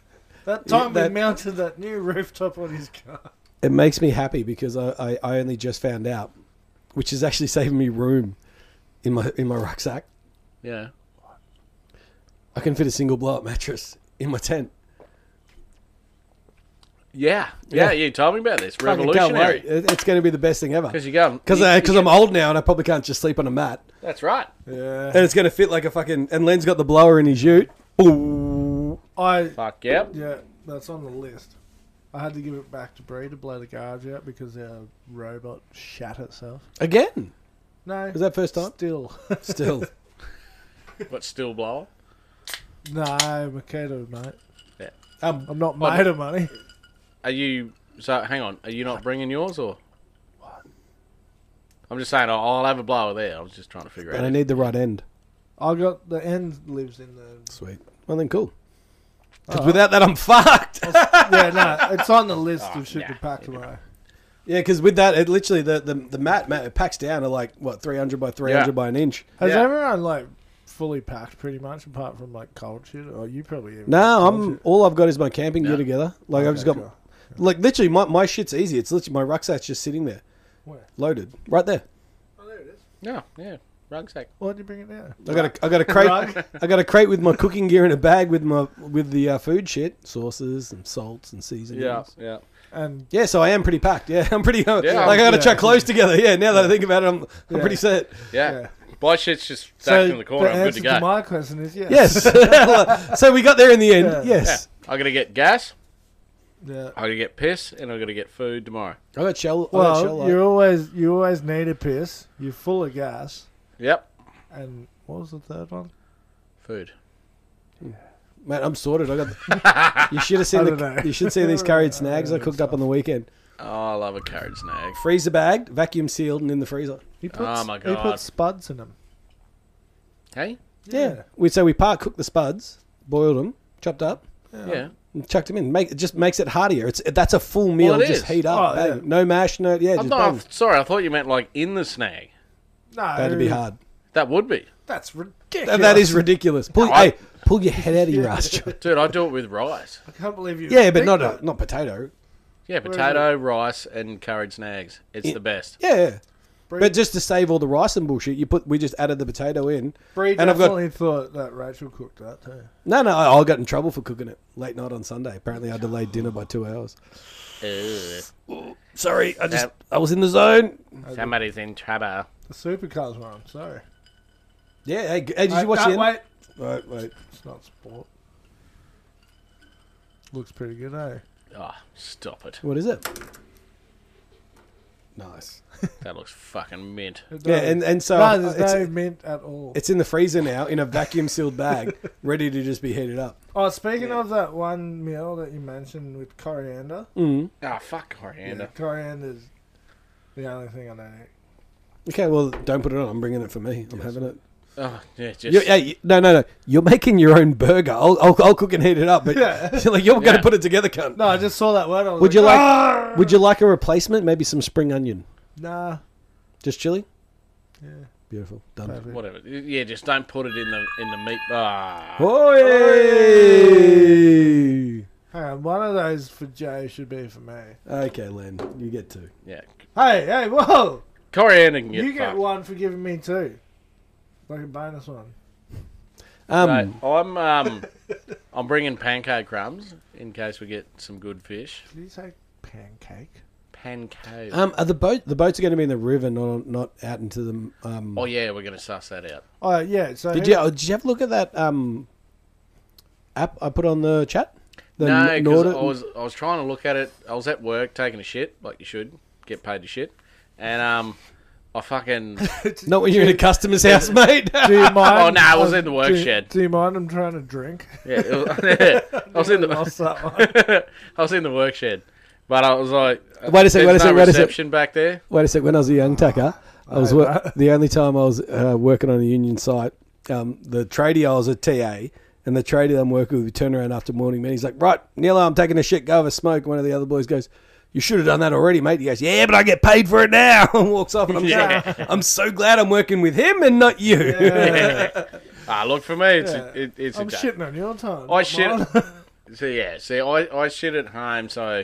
That time that- we mounted that new rooftop on his car. It makes me happy because I, I, I only just found out, which is actually saving me room in my in my rucksack. Yeah. I can fit a single blow up mattress in my tent. Yeah, yeah, Yeah. you told me about this. Fucking can't wait. Revolutionary. It- It's going to be the best thing ever. Because you go Because you- you because get- uh, I'm old now and I probably can't just sleep on a mat. That's right. Yeah. And it's going to fit like a fucking. And Len's got the blower in his ute. Ooh. I Fuck yep. yeah, that's on the list. I had to give it back to Bree to blow the garage out because our robot shat itself. Again. No. Was that first time? still? Still. But still blower. no, Mercado, mate. Um, I'm not Oh, made of money. Are you? So hang on. Are you not bringing yours or? I'm just saying. I'll, I'll have a blower there. I was just trying to figure and I out. need the right end. I got the end lives in the. Sweet. Well, then cool. Because without that, I'm fucked. yeah, no, it's on the list Oh, of shit to nah, pack you know. away. yeah, because with that, it literally, the, the, the mat, mat it packs down to like, what, 300 by 300 Yeah. by an inch. Has Yeah. everyone like fully packed pretty much, apart from like cold shit? Or you probably haven't got No, cold I'm shit. all I've got is my camping gear Yeah. together. Like I've just got, Okay, cool. like literally my, my shit's easy. It's literally my rucksack's just sitting there, Where? loaded right there. Oh, there it is. No. Yeah. Rucksack. Why'd you bring it down? I got a I got a crate I got a crate with my cooking gear in a bag with my with the uh, food shit sauces and salts and seasonings. Yeah. Yeah. And Yeah, so I am pretty packed. Yeah, I'm pretty. uh, Yeah. like I got to Yeah. chuck clothes together. Yeah, now that I think about it, I'm, I'm Yeah. pretty set. Yeah. Yeah. My shit's just stacked so in the corner. the I'm good answer to go. my question is yes. Yes. so we got there in the end. Yeah. yeah. Yes. I'm gonna get gas. Yeah. I'm gonna get piss, and I'm gonna get food tomorrow. I got shell. I got shell Well, light. you always you always need a piss. You're full of gas. Yep. And what was the third one? Food. Mate, I'm sorted. I got. you should have seen I the. don't know. You should see these curried snags I don't know cooked up on the weekend. Oh, I love a carrot snag. Freezer bagged, vacuum sealed, and in the freezer. He put Oh, my he God. put spuds in them. Hey. Yeah. We so we part cooked the spuds, boiled them, chopped up, Yeah. and chucked them in. Make it just makes it heartier. It's that's a full meal. Well, it just is. heat up, Oh, bang. yeah. No mash, no yeah. I'm Just bang. not, sorry. I thought you meant like in the snag. No, That'd be hard. That would be. That's ridiculous. That, that is ridiculous. Pull, I- hey, pull your head out of your ass. Joe. Dude, I do it with rice. I can't believe you. yeah, but think not that. a, not potato. Yeah, potato, rice, and curried snags. It's the best. Yeah, yeah. Bree, But just to save all the rice and bullshit, you put we just added the potato in. Bree and I've got- definitely thought that Rachel cooked that too. No, no, I, I got in trouble for cooking it late night on Sunday. Apparently, I delayed dinner by two hours. Ugh. Sorry, I just Yep. I was in the zone. Somebody's in trouble. The supercars one. Sorry. Yeah, hey, g- hey did Hey, you watch the no, end? Uh, wait. Wait, wait. It's not sport. Looks pretty good, eh? Oh, stop it. What is it? Nice. That looks fucking mint. It Yeah, does. and and so no, there's it's, no mint at all. it's in the freezer now in a vacuum sealed bag, ready to just be heated up. Oh, speaking of that one meal that you mentioned with coriander, Mm. Ah, fuck yeah, coriander. coriander's the only thing I know. Okay, well, don't put it on. I'm bringing it for me. I'm having it. Oh, yeah, just. You, hey, you- no, no, no. You're making your own burger. I'll, I'll, I'll cook and heat it up, but Yeah. you're like you're going Yeah. to put it together, cunt. No, I just saw that word. I was Would you like? "Ah!" Would you like a replacement? Maybe some spring onion, Nah. just chili. Yeah. Beautiful. Done. perfect. Whatever. Yeah, just don't put it in the in the meat. Ah. Oi! Hang on, one of those for Jay should be for me. Okay, Len, you get two. Yeah. Hey, hey, whoa! Coriander can get you get fucked. one for giving me two. Like a bonus one. Um, So, I'm um, I'm bringing pancake crumbs in case we get some good fish. Did you say pancake? Pancake. um, are the boat the boats are going to be in the river, not not out into the. Um, oh yeah, we're gonna suss that out. Oh, yeah, so. did you oh, did you have a look at that um, app I put on the chat? The no, N- because Norda- I was I was trying to look at it. I was at work taking a shit, like you should get paid to shit, and um, I fucking. Not when you're in a customer's house, mate. Do you mind? Oh, nah, it was in the do you- workshed. Do you mind? I'm trying to drink. Yeah, it was- I was in the Lost that one. I was in the workshed, but I was like, uh, Wait a sec, wait there's a no sec, wait a sec. reception back there. Wait a sec. When I was a young tucker, I was Hey, wor- mate. the only time I was uh, working on a union site. Um, the tradie I was a TA, and the tradie I'm working with, we turn around after morning meeting. He's like, "Right, Neil, I'm taking a shit. Go have a smoke." One of the other boys goes, "You should have done that already, mate." He goes, "Yeah, but I get paid for it now." and walks off, and I'm Yeah. like, "I'm so glad I'm working with him and not you." Ah, look for me, it's it, it's I'm a day. shitting on your time. I not shit. mine. so yeah, see, I, I shit at home, so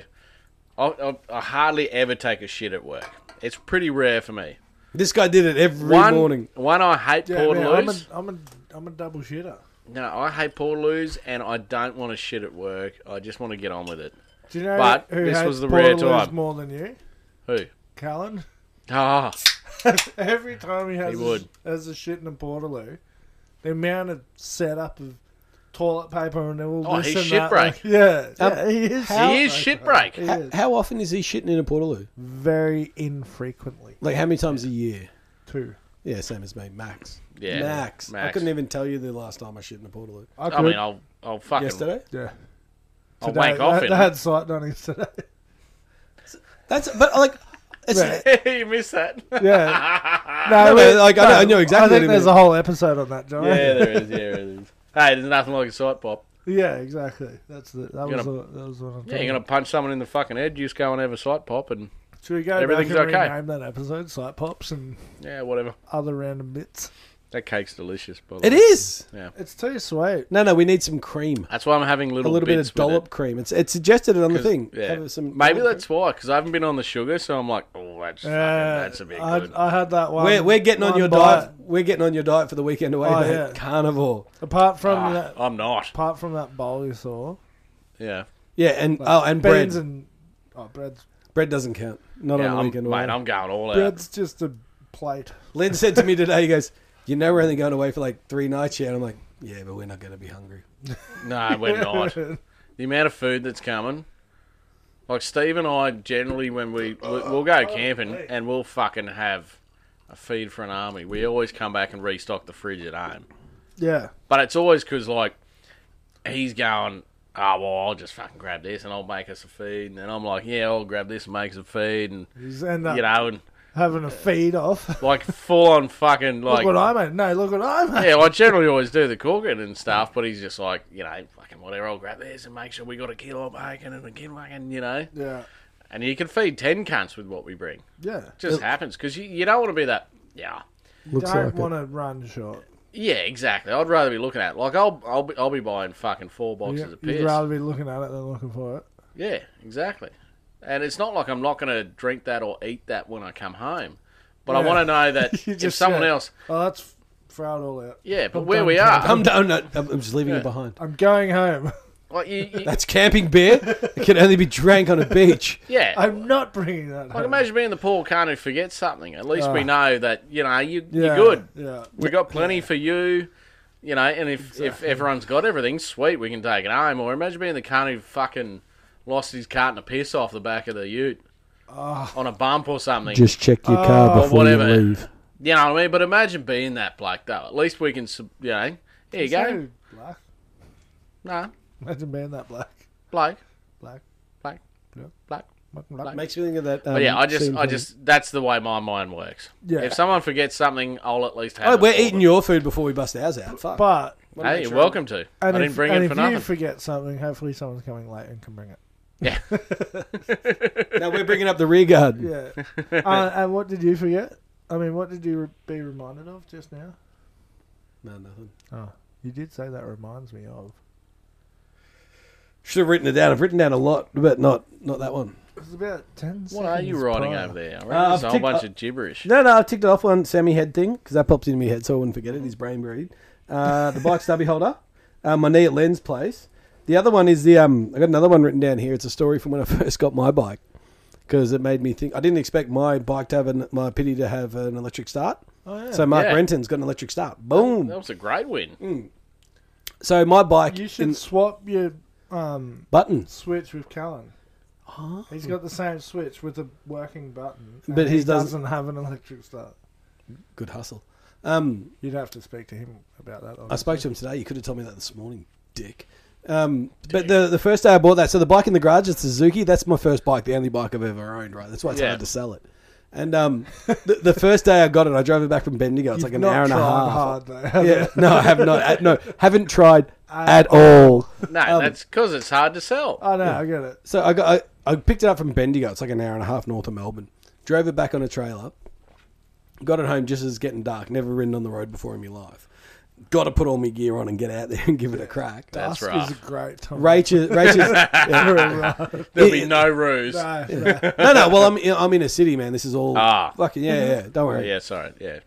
I, I, I hardly ever take a shit at work. It's pretty rare for me. this guy did it every one morning. one I hate Yeah, port man, I'm a, loose. I'm a, I'm a double shitter. No, I hate port loose, and I don't want to shit at work. I just want to get on with it. Do you know But who this hates was the rare Borderlands time. more than you? Who? Callan. Ah, Every time he has, He a, would. has a shit in a Portaloo, the amount of setup of toilet paper and all Oh, this he's and shit that, break. like, yeah, yeah, he is. he is shit break. He How, is. how often is he shitting in a portaloo? Very infrequently Like how many times a year? too. Yeah, same as me, max. Yeah, max. I max. couldn't even tell you the last time I shit in a portaloo. I, could, I mean, I'll I'll fucking Yesterday. yeah. I'll Today, wank off they, in they it. had sight dunnings today. That's but like it's Right. you missed that. Yeah, No, we- but, like, I know- I know exactly I think what he there's meant. a whole episode on that, John. Yeah, there is. Yeah, there is. Hey, there's nothing like a sight pop. Yeah, exactly. That's the that You're was gonna- the, that was one. Yeah, you're gonna punch someone in the fucking head. You just go and have a sight pop, and Should we go everything's back and okay. rename that episode? Sight pops and yeah, whatever. other random bits. That cake's delicious, but it is. It's too sweet. No, no, we need some cream. That's why I'm having A little little bit bits of dollop cream. It's it suggested it on the with it. 'Cause- thing. yeah. Have some Maybe dollop that's why, because I haven't been on the sugar, so I'm like, oh, that's fucking, that's a bit Uh, I, good. I had that one. cream. We're, we're getting on one your bite. diet. We're getting on your diet for the weekend away, Oh, mate. yeah. Carnivore. Apart from Ah, that, I'm not. apart from that bowl you saw, Yeah, Yeah, and oh, and bread. beans and oh, bread's bread doesn't count. Not yeah on the I'm, weekend mate, away. I'm going all out. bread's just a plate. Len said to me today, he goes, "You know, we're only going away for like three nights yet." I'm like, "Yeah, but we're not going to be hungry." No, we're not. The amount of food that's coming. Like Steve and I, generally when we we- we'll go camping and we'll fucking have a feed for an army. We always come back and restock the fridge at home. yeah, But it's always because, like, he's going, oh, well, I'll just fucking grab this and I'll make us a feed. And then I'm like, yeah, I'll grab this and make us a feed. And, he's end up you know, and having a feed off. Look like full on fucking, like, what I made. No, look what I made. yeah, I generally always do the cooking and stuff. But he's just like, you know, fucking whatever, I'll grab this and make sure we got a kilo of bacon and a kilo of fucking, you know. Yeah, And you can feed 10 cunts with what we bring. yeah. It just happens because you, you don't want to be that, yeah. Looks Don't like it. want to run short. Yeah, exactly. I'd rather be looking at like I'll I'll be, I'll be buying fucking four boxes You, of piss. would rather be looking at it than looking for it. Yeah, exactly. And it's not like I'm not going to drink that or eat that when I come home. But I Yeah. want to know that You if just someone said- else, Oh, that's throw it all out. yeah, but I'm where done we with are, I'm down. No, I'm I'm just leaving it behind. I'm going home. like you, you- That's camping beer. It can only be drank on a beach. yeah. I'm not bringing that. like home. imagine being the poor cunt who forgets something. At least we Ah. know that you know you, Yeah, you're good. Yeah. We got plenty for you, you know. And if if everyone's got everything, sweet, we can take it home. Or imagine being the cunt who fucking lost his carton of piss off the back of the Ute Oh, on a bump or something. Just check your car Or before whatever. you leave. You know what I mean? But imagine being that bloke, though. At least we can, sub- you know. Here you go. So black. Nah, Imagine being that black. bloke, Black. bloke, Yeah. bloke. Black. black. Makes me think of that. Um, But yeah, I just, scene I from- just, that's the way my mind works. Yeah. If someone forgets something, I'll at least have. Oh, it we're for eating them. your food before we bust ours out. Fuck. But Wanna Hey, make you're sure- welcome to. I and didn't if, bring it and if for you nothing. forget something, hopefully someone's coming late and can bring it. yeah. Now we're bringing up the rear guard. Hmm. Yeah. uh, and what did you forget? I mean, what did you re- be reminded of just now? No, nothing. Oh, you did say that reminds me of. Should have written it down. I've written down a lot, but not not that one. It was about ten. What are you seconds writing prior. over there? I reckon Uh, there's a whole tick- bunch uh, of gibberish. No, no, I've ticked it off one Sammy head thing because that pops into my head, so I wouldn't forget it. His brain buried. Uh, the bike stubby holder, uh, my knee at lens place. The other one is the um. I got another one written down here. It's a story from when I first got my bike because it made me think. I didn't expect my bike to have an, my pity to have an electric start. Oh, yeah. So Mark Yeah. Renton's got an electric start. Boom. That was a great win. Mm. So my bike you in- should swap your um, buttons. switch with Callan. Huh? He's got the same switch with a working button, and But he his doesn't- doesn't have an electric start. Good hustle. Um, You'd have to speak to him about that. Obviously. I spoke to him today. You could have told me that this morning, dick. Um, but the the first day I bought that, so the bike in the garage is Suzuki. That's my first bike, the only bike I've ever owned. Right, that's why it's Yeah. hard to sell it. And um, the, the first day I got it, I drove it back from Bendigo. It's You've like an not hour and a tried half. Hard though, have Yeah, you? no, I have not. uh, No, haven't tried at all. No, Um, that's because it's hard to sell. I know. I get it. So I got I, I picked it up from Bendigo. It's like an hour and a half north of Melbourne. Drove it back on a trailer. Got it home just as it's getting dark. Never ridden on the road before in my life. Got to put all my gear on and get out there and give it a crack. That's Dusk rough. Is a great time. Rachel's, Rachel's yeah. There'll be no ruse. No, no. no, no. Well, I'm I'm in a city, man. This is all Ah. fucking yeah, yeah. Don't worry. Yeah, sorry. Yeah.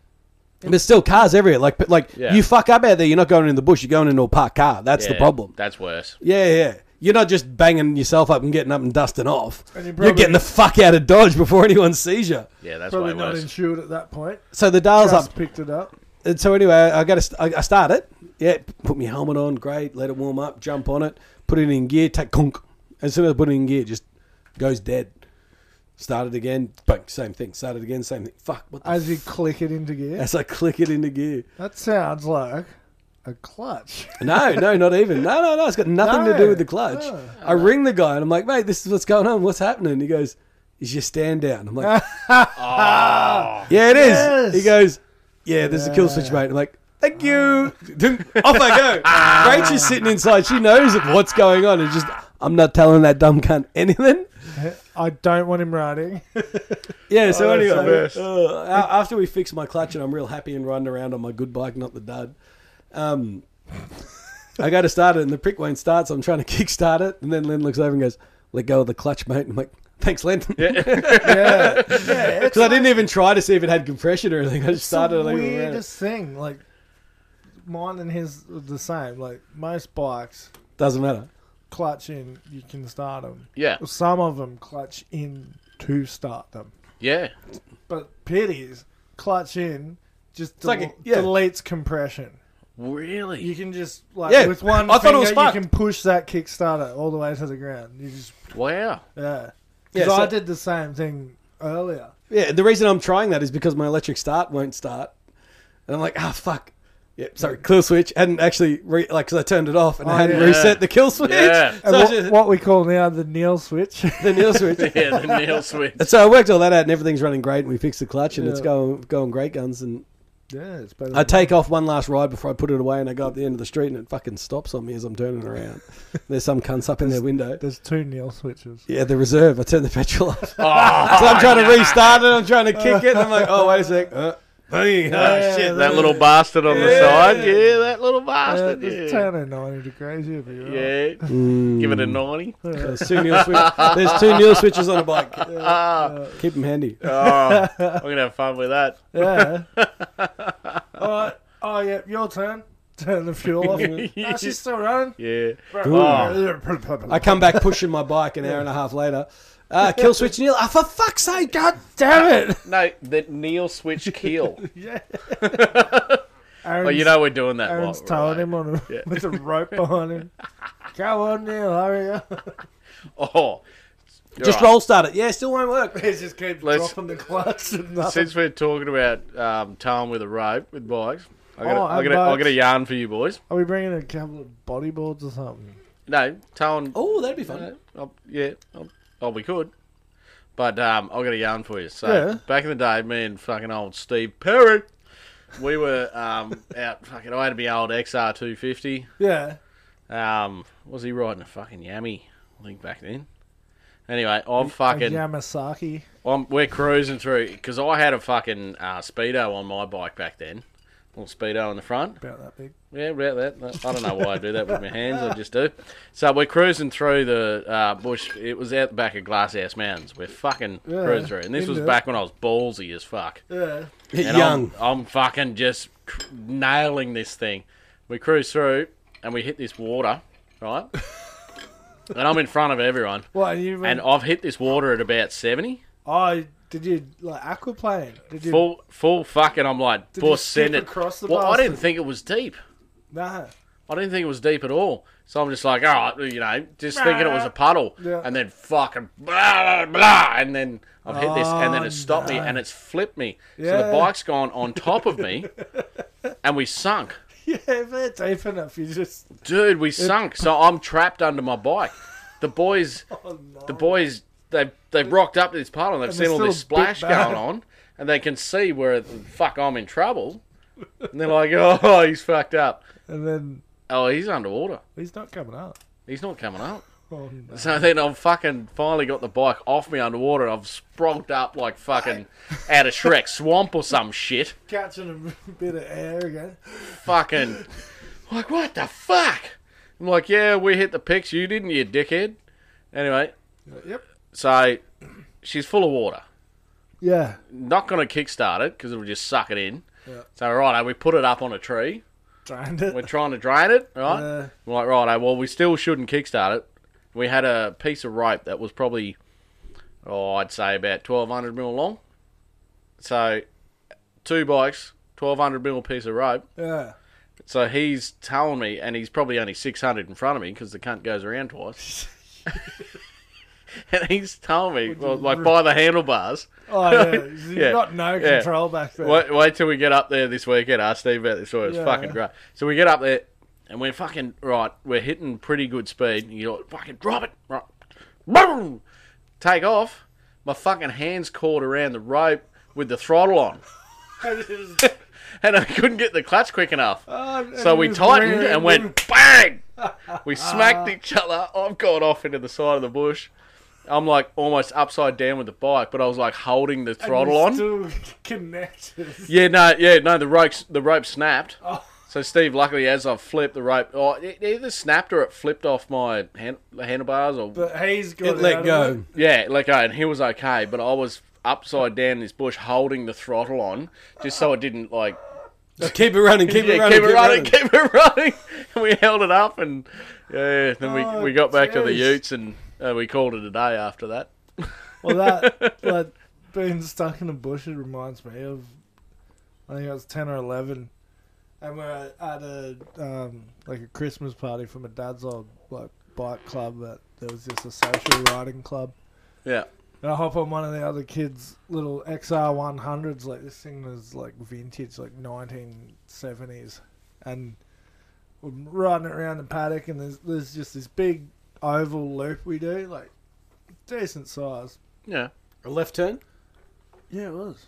But still, cars everywhere. Like, but like Yeah. you fuck up out there, you're not going in the bush. You're going into a parked car. That's the Yeah, problem. That's worse. Yeah, yeah. You're not just banging yourself up and getting up and dusting off. you're, And you're probably- getting the fuck out of Dodge before anyone sees you. Yeah, that's Probably way not worse. insured at that point. So the dial's Just up. picked it up. And so anyway, I got to, I I start it. Yeah, put my helmet on. Great, let it warm up. Jump on it. Put it in gear. Take conk. As soon as I put it in gear, it just goes dead. Started again. Bang, same thing. Started again. Same thing. Fuck. What the As you click it into gear, As I click it into gear. that sounds like a clutch. No, no, not even. No, no, no. It's got nothing to do No, Oh. with the clutch. no. I ring the guy and I'm like, mate, this is what's going on. What's happening? He goes, is your stand down? I'm like, yeah, it is. Yes. He goes, yeah, there's a kill switch, mate. I'm like, thank you. Oh. Off I go. Rachel's sitting inside. She knows what's going on. And just, I'm not telling that dumb cunt anything. I don't want him riding. Yeah, so Oh, that's the anyway, best. uh, a- after we fix my clutch and I'm real happy and riding around on my good bike, not the dud, um, I go to start it and the prick won't start, so I'm trying to kickstart it. And then Len looks over and goes, Let go of the clutch, mate. And I'm like, Thanks, Len. Because yeah, yeah. It's I didn't even try to see if it had compression or anything. I just started the to leave it around. weirdest thing. Like mine and his are the same. Like most bikes, Doesn't matter. clutch in, you can start them. Yeah. Some of them clutch in to start them, Yeah. but Pity's clutch in just del- like a- yeah. deletes compression. You Really? can just like Yeah, with one I I thought it was you fucked. can push that Kickstarter all the way to the ground. You just Wow. yeah. Yeah, Because I so- did the same thing earlier. Yeah, the reason I'm trying that is because my electric start won't start. And I'm like, Ah, fuck. Yeah, sorry, kill switch. Hadn't actually, re- like, because I turned it off and I Oh, hadn't yeah. reset the kill switch. Yeah. So And I what, just- what we call now the Neil switch. the nil switch. Yeah, the nail switch. And so I worked all that out, and everything's running great, and we fixed the clutch, and it's Yeah. going going great guns. And yeah, it's better. I take off one last ride before I put it away, and I go up the end of the street, and it fucking stops on me as I'm turning around. There's some cunts up in their window. There's two Neil switches. Yeah, the reserve. I turn the petrol off. so Oh, I'm trying to restart it. I'm trying to kick it. And I'm like, oh wait a sec. Uh, hey, oh, shit. that little bastard on the Yeah. side. Yeah, that little Uh, bastard. it's yeah. 10 and 90 degrees here, but you're right. Yeah. Give it a 90. Mm. There's two nil switch- There's two nil switches on a bike. Keep them handy. Oh, I'm going to have fun with that. Yeah. All right. Oh, yeah. Your turn. Turn the fuel off. oh, she's still running. Yeah. Oh. I I come back pushing my bike an hour and a half later. Uh, kill switch nil. Ah, for fuck's sake! God damn it! No, the Neil switch keel. yeah. Well, you know we're doing that. Aaron's while we're towing him on a, Yeah. with a rope behind him. Come on, Neil, hurry up. away. Oh. Just Right. roll start it. Yeah, still won't work. He just keeps Let's- dropping the clutch and nothing. Since we're talking about um, towing with a rope with bikes, I got, Oh, a, I, and got a, I got a boats. yarn for you boys. Are we bringing a couple of bodyboards or something? No, towing. Oh, that'd be fun. Uh, oh, yeah, oh, oh, we could. But um, I've got a yarn for you. So Yeah. back in the day, me and fucking old Steve Perry, we were um, out fucking. I had to be old XR two fifty. Yeah. Um, was he riding a fucking yammy? I think back then. Anyway, I'm A fucking. Yamasaki. I'm, we're cruising through because I had a fucking uh, speedo on my bike back then. Little speedo in the front. About that big. Yeah, about that. I don't know why I do that with my hands. I just do. So we're cruising through the uh, bush. It was out the back of Glasshouse Mountains. We're fucking Yeah, cruising through, and this was into it. back when I was ballsy as fuck. Yeah. And Young. I'm, I'm fucking just cr- nailing this thing. We cruise through, and we hit this water, right? and I'm in front of everyone, What, and you and I've hit this water at about seventy. Oh, did you like aquaplane? Did you? Full, full fucking. I'm like, you boss, skip send it. across the well, I didn't bastard? think it was deep. Nah. I didn't think it was deep at all. So I'm just like, all right, you know, just thinking it was a puddle, Yeah. and then fucking blah blah blah, and then I've hit this, and then Oh, it stopped me, no. and it's flipped me. So Yeah. the bike's gone on top of me, and we sunk, Yeah, if they're deep enough, you just. dude. We sunk. So I'm trapped under my bike. The boys, Oh, no. the boys they've they've rocked up to this puddle and they've And seen they're all this still a bit splash going bad. on and they can see where the fuck I'm in trouble and they're like oh he's fucked up And then oh he's underwater he's not coming up. he's not coming up Oh, no. so then I've fucking finally got the bike off me underwater and I've sprunked up like fucking out of Shrek swamp or some shit Catching a bit of air again. fucking like what the fuck I'm like yeah we hit the pics you didn't you dickhead anyway Yep. so she's full of water Yeah. not going to kickstart it because it'll just suck it in. Yeah. So right, eh, we put it up on a tree. Drained it. We're trying to drain it, right? Yeah. We're like right, eh, well we still shouldn't kickstart it. We had a piece of rope that was probably, oh, I'd say about twelve hundred mil long. So, two bikes, twelve hundred mil piece of rope. Yeah. So he's telling me, and he's probably only six hundred in front of me because the cunt goes around twice. and he's telling me, well, like by the handlebars. Oh, yeah. You've Yeah. got no Yeah. control back there. Wait, wait till we get up there this weekend. Ask Steve about this story. It's Yeah. fucking great. So we get up there and we're fucking right. We're hitting pretty good speed. And you're like, fucking drop it. Right. Boom. Take off. My fucking hands caught around the rope with the throttle on. and I couldn't get the clutch quick enough. Oh, so and we it was tightened weird. and went bang. We smacked each other. I've gone off into the side of the bush. I'm like almost upside down with the bike, but I was like holding the And throttle you on. Still connected. Yeah, no, yeah, no. The rope, the rope snapped. So Steve, luckily, as I flipped the rope, oh, it either snapped or it flipped off my hand, the handlebars, or But he's got It let out of go. yeah, like I, and he was okay, but I was upside down in this bush holding the throttle on just so it didn't like Just keep it running, keep it yeah, running, keep it running, keep it running. And we held it up, and yeah, then Oh, we we got back to the jeez. Utes, and uh, we called it a day after that. Well, that like being stuck in a bush, it reminds me of I think I was ten or eleven, and we're at a um, like a Christmas party from a dad's old like bike club that there was just a social riding club. Yeah, And I hop on one of the other kids' little XR one hundreds, like this thing was like vintage, like nineteen seventies, and we're riding it around the paddock, and there's there's just this big oval loop we do, like decent size. yeah. A left turn. Yeah, it was.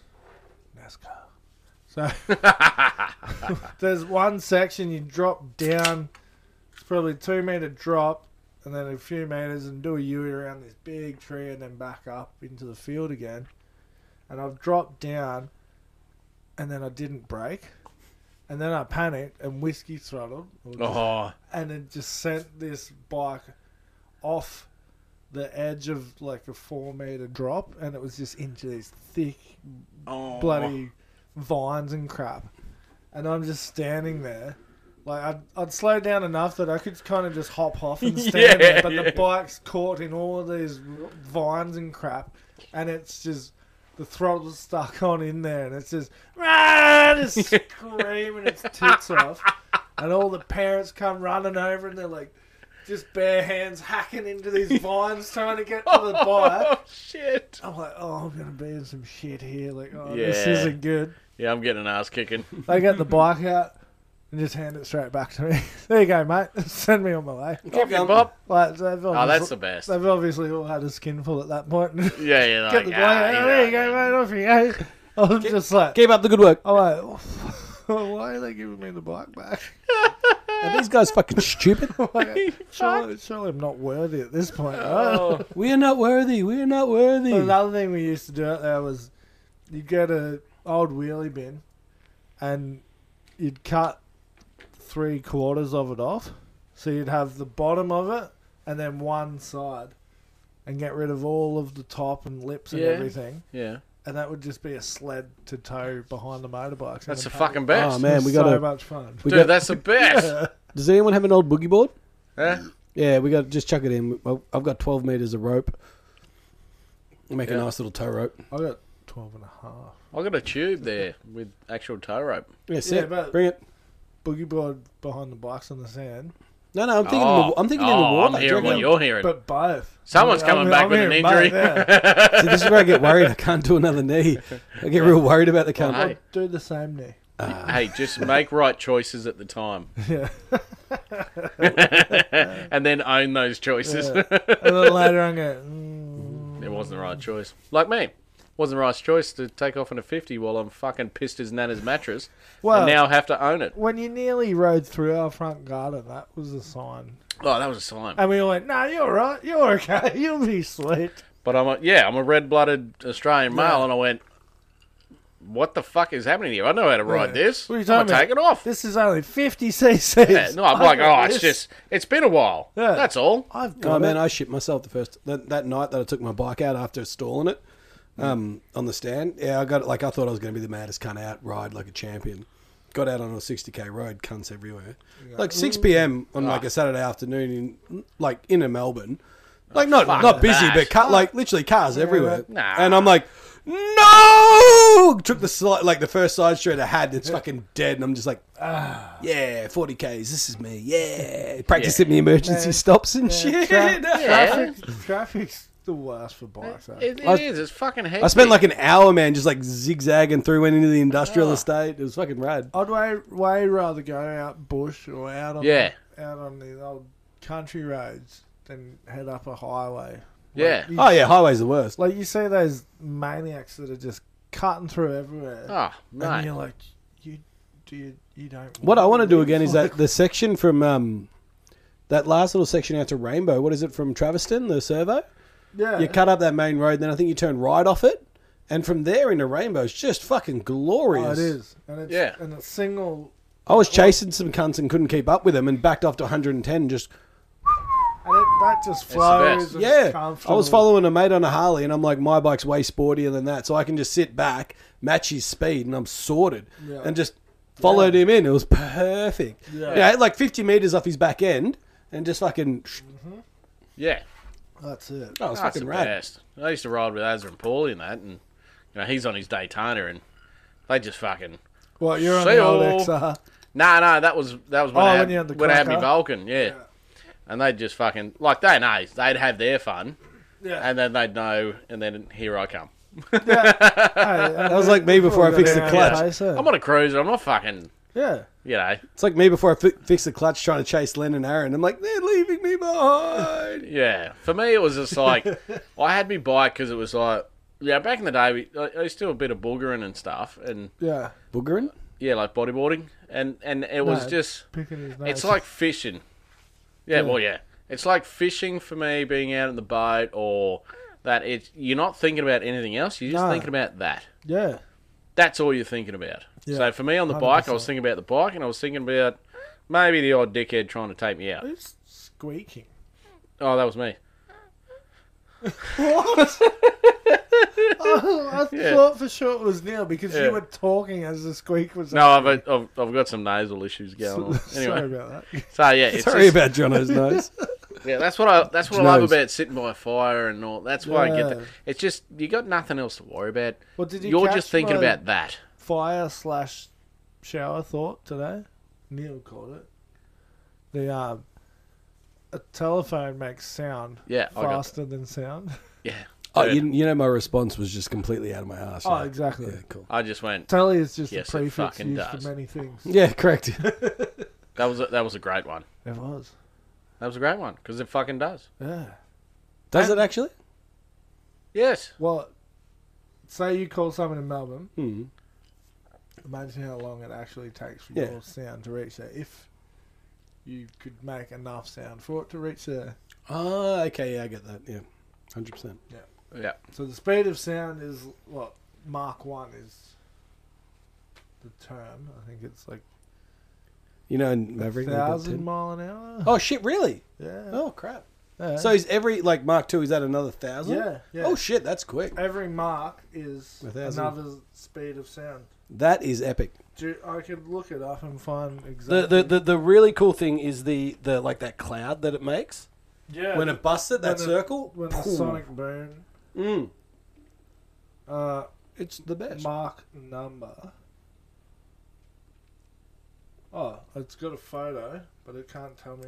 NASCAR. So there's one section you drop down. It's probably two meter drop, and then a few meters, and do a U around this big tree, and then back up into the field again. And I've dropped down, and then I didn't brake, and then I panicked and whiskey throttled, or just- Oh, and it just sent this bike off the edge of like a four meter drop, and it was just into these thick oh, bloody vines and crap. And I'm just standing there. Like, I'd, I'd slow down enough that I could kind of just hop off and stand Yeah, there, but yeah. the bike's caught in all of these r- vines and crap. And it's just, the throttle's stuck on in there, and it's just, "Rah!" just screaming its tits off. And all the parents come running over, and they're like, just bare hands hacking into these vines trying to get to the bike. Oh shit! I'm like, oh, I'm gonna be in some shit here. Like, oh, this Yeah. isn't good. Yeah, I'm getting an ass kicking. They get the bike out and just hand it straight back to me. there you go, mate. Send me on my way. Fucking Bob. Like, they've Oh, that's obviously, the best. they've obviously all had a skinful at that point. get Yeah, yeah. the Like, bike ah, oh, out. There you go, mate. Off you go. I'm just like, Keep up the good work. I'm like, oh, why are they giving me the bike back? Are these guys fucking stupid? Like, surely, surely I'm not worthy at this point. right? Oh, We are not worthy. We are not worthy. Another thing we used to do out there was you'd get a old wheelie bin and you'd cut three quarters of it off. So you'd have the bottom of it and then one side and get rid of all of the top and lips and Yeah. everything. yeah. And that would just be a sled to tow behind the motorbikes. That's the And it fucking Oh best. man, was we so got to. much fun. We Dude, got. that's the best. Does anyone have an old boogie board? Huh? Yeah, we got. Just chuck it in. Well, I've got twelve meters of rope. Make Yeah. a nice little tow rope. I got 12 and a half. I got a tube there with actual tow rope. Yeah, Yeah, set. but- Bring it. boogie board behind the bikes on the sand. No, no, I'm thinking. in the, I'm thinking in the oh, water. I'm Do you hearing what reckon- you're hearing. But both. Someone's coming back with an hearing injury. both, yeah. See, this is where I get worried. I can't do another knee. I get real worried about the cunt. Well, hey. Do the same knee. hey, just make right choices at the time, Yeah. and then own those choices. and then later on, go, mm, It wasn't the right choice. Like me. Wasn't the right choice to take off on a 50 while I'm fucking pissed as Nana's mattress. Well- and now have to own it. when you nearly rode through our front garden, that was a sign. Oh, that was a slime. And we all went, "No, you're all right. You're okay. You'll be sweet." But I'm a, yeah, I'm a red blooded Australian male, and I went, what the fuck is happening here? I know how to ride Yeah. this. What are you I'm talking gonna take it off. This is only fifty cc's. Yeah, no, I'm like, oh, it's just, it's been a while. Yeah. That's all. I've got Oh man, it. I shit myself the first that, that night that I took my bike out after stalling it Mm. um, on the stand. Yeah, I got like I thought I was going to be the maddest cunt out ride like a champion. Got out on a sixty k road, cunts everywhere. Like six Mm. p.m. on Ah. like a Saturday afternoon in like inner Melbourne, like not fuck not busy, that. but cut like literally cars everywhere. Nah. And I'm like. No! Took the sli- like the first side street I had. It's fucking dead, and I'm just like, yeah, forty k's. This is me. Yeah, practicing the emergency stops and shit. Tra- Yeah. traffic, traffic's the worst for bikes. eh? It, it I- is, It's fucking hectic. I spent like an hour, man, just like zigzagging through, went into the Ah. industrial estate. It was fucking rad. I'd way, way rather go out bush or out on Yeah. out on the old country roads than head up a highway. Yeah. Like you, Oh yeah, highway's the worst. like you see those maniacs that are just cutting through everywhere, Oh, and mate. you're like, you do you, you don't. What I want to do live. again is Like, that the section from um, that last little section out to Rainbow. What is it from Traverston, the servo? yeah, You cut up that main road, then I think you turn right off it, and from there into Rainbow is just fucking glorious. Oh, it is, and it's Yeah. and it's single, I was chasing some cunts and couldn't keep up with them, and backed off to 110. And just and it, that just the flows. best. and it's yeah, I comfortable. was following a mate on a Harley, and I'm like, my bike's way sportier than that, so I can just sit back, match his speed, and I'm sorted, Yeah. and just followed him in. It was perfect. Yeah. You know, like 50 meters off his back end, and just fucking, Yeah. That's it. oh, it was That's fucking the rad. best. I used to ride with Azra and Paul in that, and you know he's on his Daytona, and they just fucking Well, you're on See the old you. XR. no, no. That was that was when Oh, I had, when you had the when I had me cracker? Vulcan, yeah. And they'd just fucking like they know they'd have their fun, Yeah. and then they'd know, and then here I come. that was like me before I fixed the clutch. I'm on a cruiser. I'm not fucking Yeah. you know It's like me before I fi- fixed the clutch trying to chase Len and Aaron. I'm like, they're leaving me behind. yeah. For me, it was just like I had me bike because it was like yeah. Back in the day, we, I I used to do a bit of boogering and stuff, and Yeah. Boogering? yeah, like bodyboarding, and and it was No. just. Picking his nose. It's like fishing. Yeah, well, yeah. It's like fishing for me, being out in the boat, or that. It's you're not thinking about anything else. You're just No. thinking about that. Yeah. That's all you're thinking about. Yeah, so for me on the bike, I was thinking about the bike, and I was thinking about maybe the odd dickhead trying to take me out. Who's squeaking? Oh, that was me. Oh, I Yeah. thought for sure it was Neil because Yeah. you were talking as the squeak was. No, I've, I've I've got some nasal issues going on. Sorry Anyway, about that. so yeah, it's Sorry just- about Jono's nose. yeah, that's what I that's what I love Nose. about sitting by a fire and all. That's why I get Yeah. that. It's just you got nothing else to worry about. Well, did you You're catch just thinking my about that. fire slash shower thought today? Neil called it. The um, a telephone makes sound Yeah, I got faster than sound. Yeah. Oh, Good. you, you know, my response was just completely out of my ass. Oh, yeah. exactly. Yeah, cool. I just went. Telly is just Yes, it a prefix fucking used does. for many things. Yeah, correct. That was a, that was a great one. It was. That was a great one because it fucking does. Yeah. Does it actually? Yes. Well, say you call someone in Melbourne. Hmm. Imagine how long it actually takes for Yeah. your sound to reach there. If you could make enough sound for it to reach there. Oh, okay, yeah, I get that. Yeah, hundred percent. Yeah. So the speed of sound is what Mark One is the term. I think it's like You know, in Maverick. they did thousand 10. mile an hour. Oh shit! Really? Yeah. Oh crap! yeah. So he's every like Mark Two. Is that another thousand? Yeah, yeah. Oh shit! That's quick. every mark is A thousand. another speed of sound. That is epic. Do, I could look it up and find exactly. The, the the the really cool thing is the the like that cloud that it makes yeah, when it busts it that When the- circle. when the boom. sonic boom. Mm, Uh, it's the best. mark number Oh, it's got a photo, but it can't tell me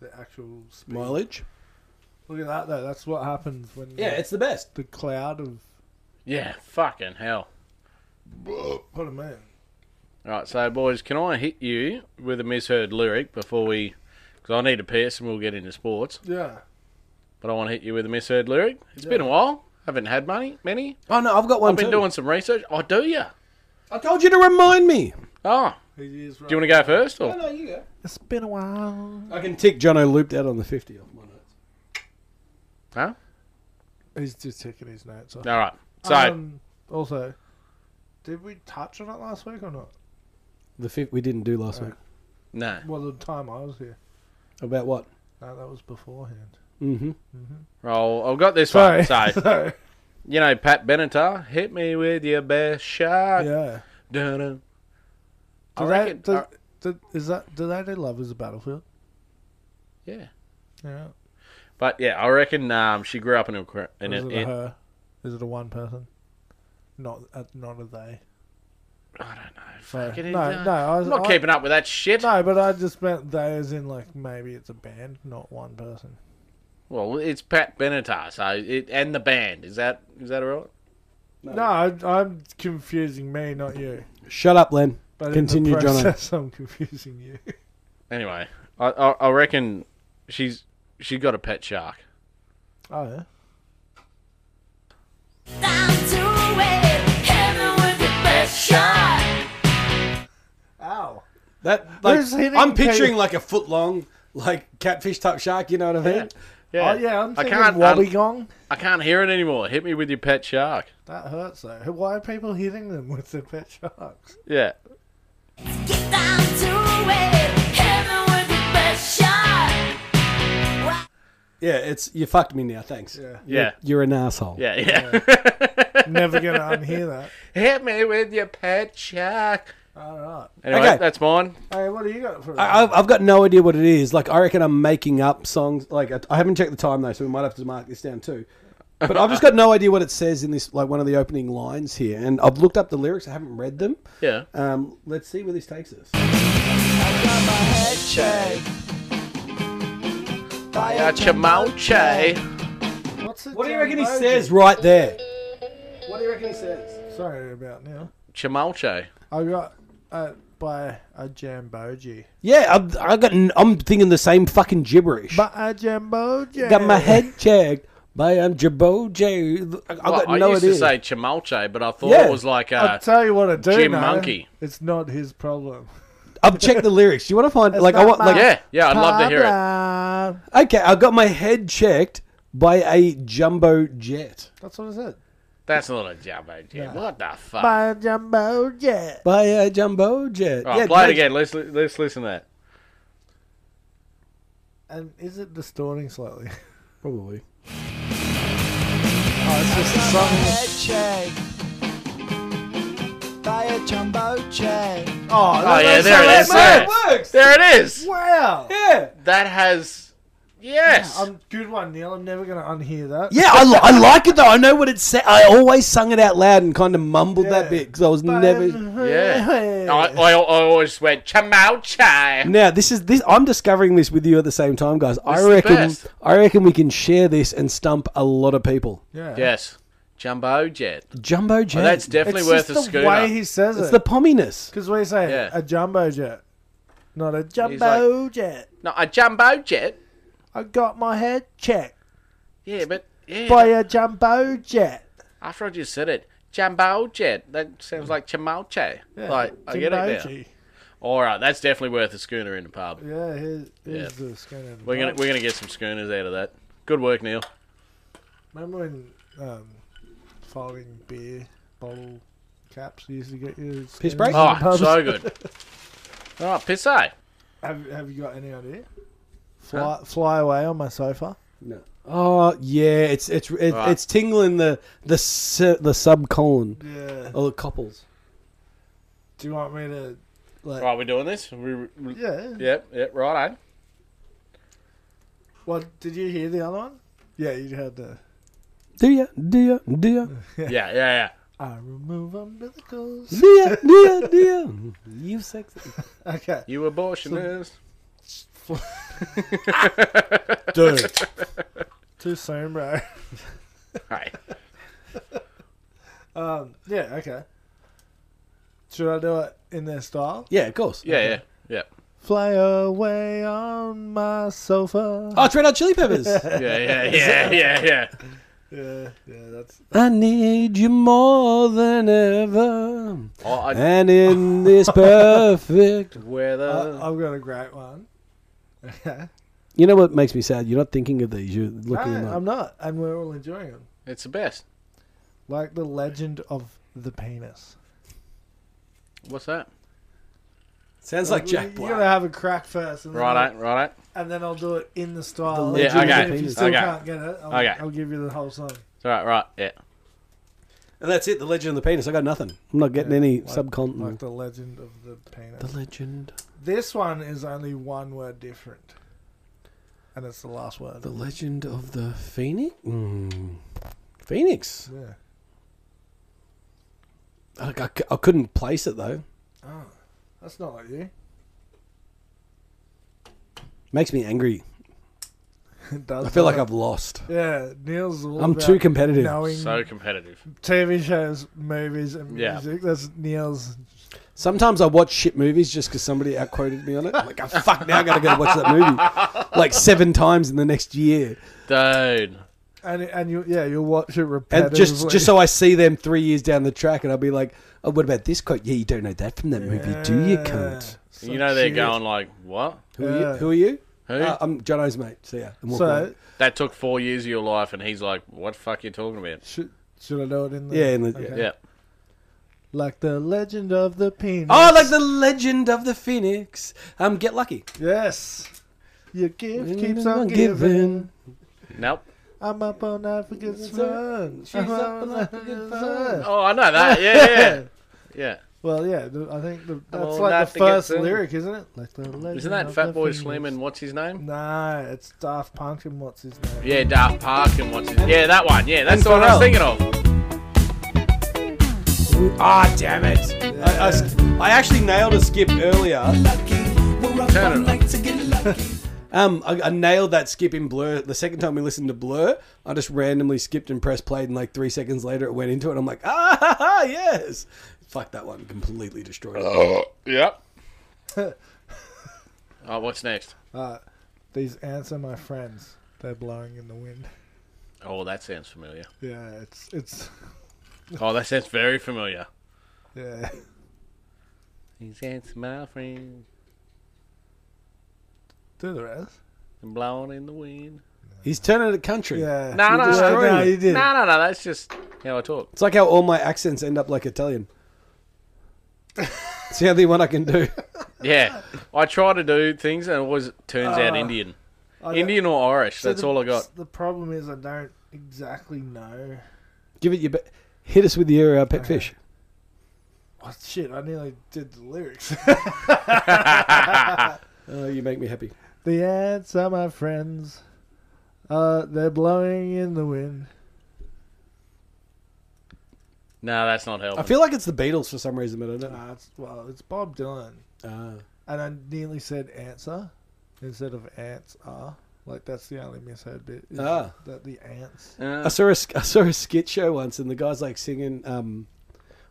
the actual speed. Mileage? Look at that though. That's what happens when Yeah, the, it's the best. the cloud of Yeah, fucking hell. what a man. All right, so boys, can I hit you with a misheard lyric before we? Because I need to piss and we'll get into sports. Yeah. But I want to hit you with a misheard lyric. It's been a while. Haven't had money many. Oh no, I've got one I've been too. doing some research. I do ya. I told you to remind me. Oh, He is right. do you want to go first or? no, you go. It's been a while. I can tick Jono looped out on the fifty off my notes. Huh? He's just taking his notes off. All right. So Um, also, did we touch on it last week or not? The fifth we didn't do last Oh. week. no. Well, the time I was here. About what? No, that was beforehand. Mm-hmm. Well, I've got this Sorry. one. So Sorry. you know, Pat Benatar, hit me with your best shot. Yeah. Dun-dun. I Do reckon- uh, that, do, I- do- is that, do they do Love is a Battlefield? Yeah. Yeah. But yeah, I reckon um, she grew up in a cr- in, a, Or is it, a in her? Is it a one person? Not a, not a they. I don't know. No, Fucking no, no, I was I'm not I- keeping up with that shit. No, but I just meant they as in like maybe it's a band, not one person. Well, it's Pat Benatar, so it and the band is that is that all right? No, I, I'm confusing me, not you. Shut up, Len. But Continue, in the Jono. process, I'm confusing you. Anyway, I, I I reckon she's she got a pet shark. Oh yeah. Ow. That like Who's hitting I'm Pe- picturing like a foot long, like catfish type shark. You know what I mean? Yeah, Oh yeah, I'm I thinking can't wobbly um, gong. I can't hear it anymore. Hit me with your pet shark. That hurts though. Why are people hitting them with their pet sharks? Yeah, Yeah, it's you fucked me now. Thanks. Yeah. yeah, You're an asshole. yeah, yeah. Never gonna unhear that. hit me with your pet shark. All right. Anyway, Okay. that's mine. Hey, what do you got for? I, I've, I've got no idea what it is. Like, I reckon I'm making up songs. Like, I, I haven't checked the time though, so we might have to mark this down too. But I've just got no idea what it says in this, like one of the opening lines here. And I've looked up the lyrics. I haven't read them. Yeah. Um, let's see where this takes us. Uh, Chamoche. What's it What do you reckon he emoji? says right there? What do you reckon he says? Sorry about now. Chamoche. I got uh, by a jamboji. Yeah, I'm, I got. n- I'm thinking the same fucking gibberish. By a jamboji. got my head checked by a Jaboje. I, I got Well, I no used idea. to say Chamoche, but I thought Yeah. it was like uh, I'll a. tell you what I do Jim know. Monkey. It's not his problem. I've checked the lyrics. Do you want to find It's like I not want like mine. yeah, yeah. I'd love to hear it. Problem. okay? I got my head checked by a jumbo jet. That's what I said. That's not a jumbo jet. What the fuck? By a jamboji. By a jumbo jet. All right, Oh, play it Judge- again. Let's li- let's listen to that. And is it distorting slightly? Probably. Oh, it's just a song. Oh, Oh yeah, there it is. that There. works. There it is. Wow. Yeah. That has. Yes. Um, good one, Neil. I'm never going to unhear that. Yeah, I, li- I like it though. I know what it said. I always sung it out loud and kind of mumbled Yeah. um, that bit because I was By never. a- yeah. I, I, I always went Chamoche. Now this is this. I'm discovering this with you at the same time, guys. This I is the reckon. best. I reckon we can share this and stump a lot of people. Yeah. Yes. Jumbo jet. Jumbo jet. Oh, that's definitely It's worth just a the schooner. way he says It's it. the pomminess. Because we say Yeah. a jumbo jet, not a jumbo jet. No, a jumbo jet. I got my head checked Yeah, but yeah. by uh, a jumbo jet. After I just said it, jumbo jet. That sounds like Chamoche. Like I get it now. Jumboji. All right, that's definitely worth a schooner in the pub. Yeah, here's, Yeah. here's the skin of the We're gonna bone. we're gonna get some schooners out of that. Good work, Neil. Remember when um, folding beer bottle caps used to get you? Piss break? Oh, so good. All right, pisse. Have, have you got any idea? Fly, fly away on my sofa. No. Oh yeah, it's it's it's, Right. it's tingling the the su- the subcolon Yeah. Oh. or the Oh, couples. Do you want me to, like, Right, we're doing this. We, we, yeah. Yep, yep, right on. Well, did you hear the other one? Yeah, you had the. Do ya? Do ya? Do ya? Yeah, yeah, yeah. I remove umbilicals. Nia, Nia, Nia. You sexy. Okay. You abortionist. Dude. Too soon, bro. Hey, Um, yeah, okay. Should I do it in their style? Yeah, of course. yeah, yeah, yeah, Fly away on my sofa. Oh, it's Red Hot Chili Peppers. yeah, yeah, yeah, yeah, yeah. Yeah, yeah, that's I need you more than ever. Oh, I, And in this perfect. Uh. weather. I, I've got a great one. Okay. You know what makes me sad? You're not thinking of these. You're No, looking at them up. I'm not, and we're all enjoying them. it's the best. Like the legend of the penis. What's that? Sounds like you, Jack You Black. gotta have a crack first, and then, Right, I'll, right. and then I'll do it in the style. The Yeah, legend okay. And If you still Okay. can't get it, I'll, Okay. I'll give you the whole song. It's all right, right. Yeah. And that's it. The legend of the penis. I got nothing. I'm not getting Yeah, any like- Like subcontinent. the legend of the penis. the legend. This one is only one word different, and it's the last word. The legend of the phoenix. Mm. Phoenix. yeah. I, I c- I couldn't place it though. Oh, that's not like you. Makes me angry. It does. I feel like not. I've lost. Yeah, Neil's. All I'm about too competitive. Knowing So competitive. TV shows, movies, and Yeah. music. That's Neil's. Sometimes I watch shit movies just because somebody outquoted me on it. I'm like, oh, fuck, now I gotta go watch that movie like seven times in the next year, Dude. And and you yeah you'll watch it repetitively. and just just so I see them three years down the track, and I'll be like, oh, what about this quote? Yeah, you don't know that from that movie, do you, Yeah. cunt? So you know they're shit. going like, what? Who are Yeah. you? Who are you? Who? Uh, I'm Jono's mate. See ya. I'm walking So away. that took four years of your life, and he's like, what the fuck you talking about? should should I do it in the Yeah, in the- okay. Yeah. like the legend of the penis. oh, like the legend of the phoenix. Um, get lucky. yes. Your gift keeps on I'm giving. Nope. I'm up all night for good fun. She's up all night for good fun. Oh, I know that. Yeah, yeah, yeah. Well, yeah, the, I think the, that's all night like for the good first fun. lyric, isn't it? Like the yeah. legend Isn't that of Fat the Boy fingers. Slim and what's his name? No, it's Daft Punk and what's his name? Yeah, Daft Park and what's his Yeah, that one. Yeah, that's and the one I was Pharrell. thinking of. Ah, damn it. I, I s- I actually nailed a skip earlier. Turn it on. Um, I, I nailed that skip in Blur. The second time we listened to Blur, I just randomly skipped and pressed played, and like three seconds later it went into it. I'm like, ah, ha, ha, yes. Fuck, that one completely destroyed it. Yep. oh, what's next? Uh, these ants are my friends. They're blowing in the wind. Oh, that sounds familiar. Yeah, it's it's Oh, that sounds very familiar. yeah. These ants, my friend, Do the rest. and blowing in the wind. He's turning it country. Yeah. No, You no, just- no, no, you did. No, no, no. That's just how I talk. It's like how all my accents end up like Italian. it's the only one I can do. Yeah, I try to do things, and it always turns out Indian, I don't- Indian or Irish. so that's the- all I got. The problem is I don't exactly know. Give it your be- hit us with your uh, pet fish. Oh, shit, I nearly did the lyrics. Oh, you make me happy. The ants are my friends. Uh, they're blowing in the wind. No, that's not helping. I feel like it's the Beatles for some reason, but I don't know. Uh, it's, well, it's Bob Dylan. Ah. And I nearly said answer instead of ants are. Like, that's the only misheard bit. is Ah. That the ants. I Uh, saw a sk- I saw a skit show once, and the guy's like singing um,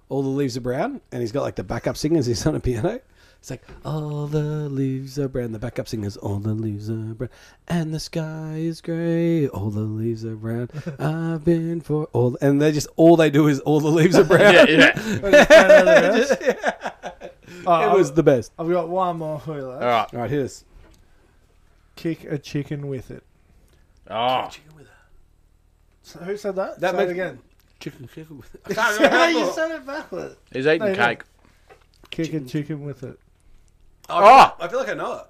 "All the Leaves Are Brown," and he's got like the backup singers. He's on a piano. It's like all the leaves are brown. The backup singers, all the leaves are brown, and the sky is grey. All the leaves are brown. I've been for all, and they just all they do is all the leaves are brown. yeah, yeah. Oh, It was the best. I've got one more for you. All right. All right, here's Kick a chicken with it. Oh, So who said that? That Say makes- it again. chicken chicken. With you said it backwards. he's eating No, no. cake. Kick a chicken with it. Oh, I feel like I know it.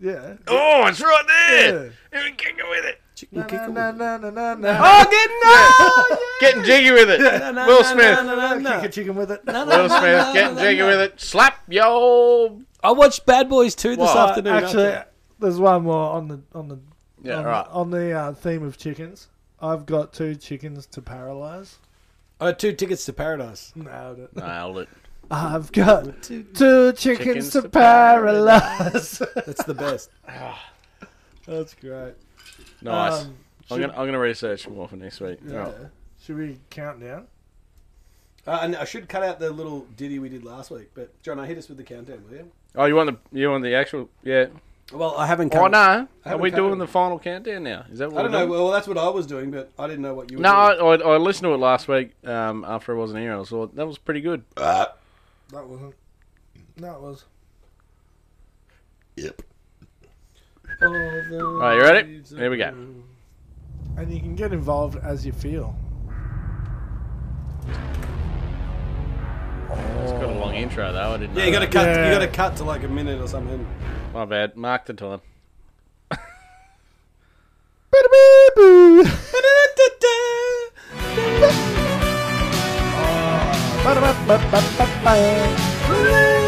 Yeah. oh, it's right there. Yeah. Even kicking with it. Chicken Na, chicken. na, with- na, na, na, na. Oh, getting Getting jiggy with it. No, no, no, Will Smith. no, no, no, Kick a chicken with it. no. Will Smith getting jiggy with it. Slap yo. I watched Bad Boys 2 this Well, afternoon. Uh, Actually, there's one more on the on the Yeah, on, all right. on the uh, theme of chickens. I've got two chickens to paralyze. I got two tickets to paradise. Nailed it. Nailed it. I've got two chickens, Chickens to to paralyze. That's the best. Ah. That's great. Nice. I'm Um, should- gonna I'm gonna research more for next week. Yeah. Right. Should we count down? uh, and I should cut out the little ditty we did last week. But John, I hit us with the countdown, will you? Oh, you want the you want the actual? Yeah. Well, I haven't. Oh no. Are haven't we covered doing it. the final countdown now? Is that what? I don't we're know. doing? Well, that's what I was doing, but I didn't know what you were No, I, doing. I I listened to it last week um, after I wasn't here. I saw that was pretty good. That wasn't. That was. All right, you ready? Here we go. And you can get involved as you feel. It's got a long intro though. I didn't. Yeah, you got know to cut. Yeah. You got to cut to like a minute or something. that. My bad. Mark the time. Ah.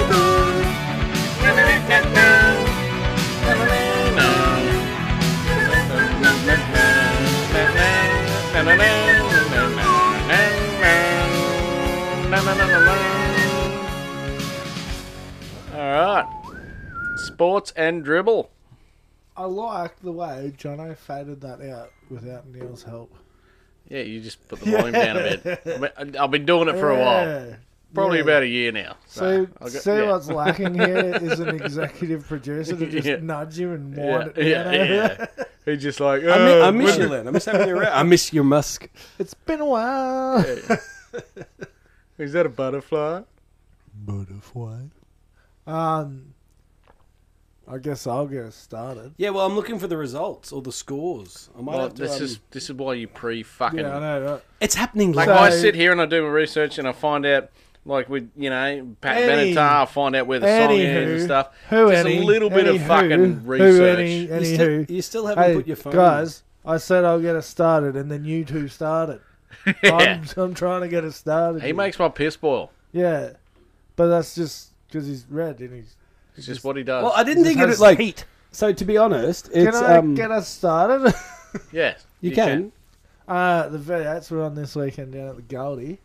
All right. Sports and dribble. I like the way Jono faded that out without Neil's help. Yeah, you just put the volume down a bit. I mean, I've been doing it for a while, Yeah. probably Yeah. about a year now. So, I'll go- see yeah. what's lacking here is an executive producer to just Yeah. nudge you and Yeah, wind it yeah, down. yeah. He's just like, I, mi- I "Oh, miss you, goodness." Len. I miss having you around. Uh, I miss your musk. It's been a while. Is that a butterfly? Butterfly. Um, I guess I'll get started. Yeah, well, I'm looking for the results or the scores. I might Well, have to. this um, is this is why you pre fucking. Yeah, I know. Right? it's happening. like live. I So- sit here and I do my research and I find out, like with you know Pat Any- Benatar, I find out where the song is and Anywho. stuff. Who just any? a little bit Any of who? fucking Who research. any? you Anywho. still, you still haven't Hey, put your phone. in. guys, I said I'll get us started, and then you two started. Yeah. I'm, I'm trying to get us started. He here. makes my piss boil. yeah, but that's just because he's red and he's. It's just what he does. Well, I didn't think it has was like. heat. So to be honest, Can it's I um, get us started? yeah, you, can. uh, the Vedettes were on this weekend down at the Goldie.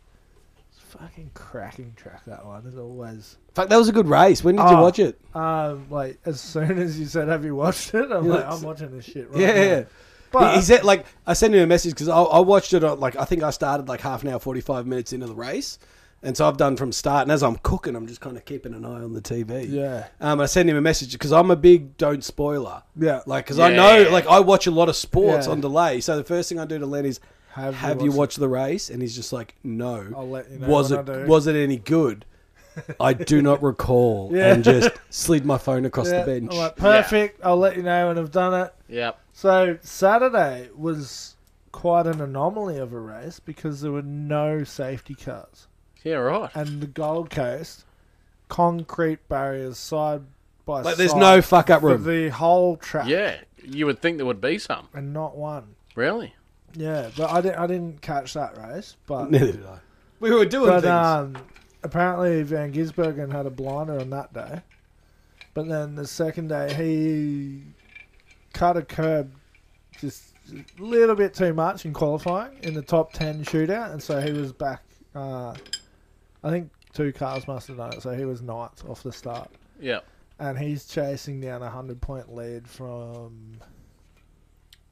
It's a fucking cracking track that one as always. Fuck, that was a good race. When did you Oh. watch it? Um, like as soon as you said, "Have you watched it?" I'm Yeah, like, it's- "I'm watching this shit." Right Yeah, now." yeah. but he, he said like I sent him a message because I, I watched it. On, like I think I started like half an hour, forty five minutes into the race, and so I've done from start. And as I'm cooking, I'm just kind of keeping an eye on the TV. yeah, Um, I sent him a message because I'm a big don't spoiler. yeah. Like, because Yeah. I know, like, I watch a lot of sports Yeah. on delay. So the first thing I do to Len is, Have "Have, you you watched watched the race?" And he's just like, "No." I'll let you know was when it I do. was it any good? I do not recall. Yeah. And just slid my phone across Yeah, the bench. I'm like, perfect. I'll let you know when I've done it. Yeah, So Saturday was quite an anomaly of a race because there were no safety cars, yeah, right. and the Gold Coast concrete barriers side by side. Like, there's no fuck up for room. the whole track. Yeah, you would think there would be some. and not one. Really? Yeah, but I didn't. I didn't catch that race, but. Neither did I. We were doing But things. um, apparently Van Gisbergen had a blinder on that day. But then the second day he cut a curb just a little bit too much in qualifying in the top ten shootout, and so he was back. Uh, I think two cars must have done it, so he was ninth off the start, Yeah. and he's chasing down a hundred point lead from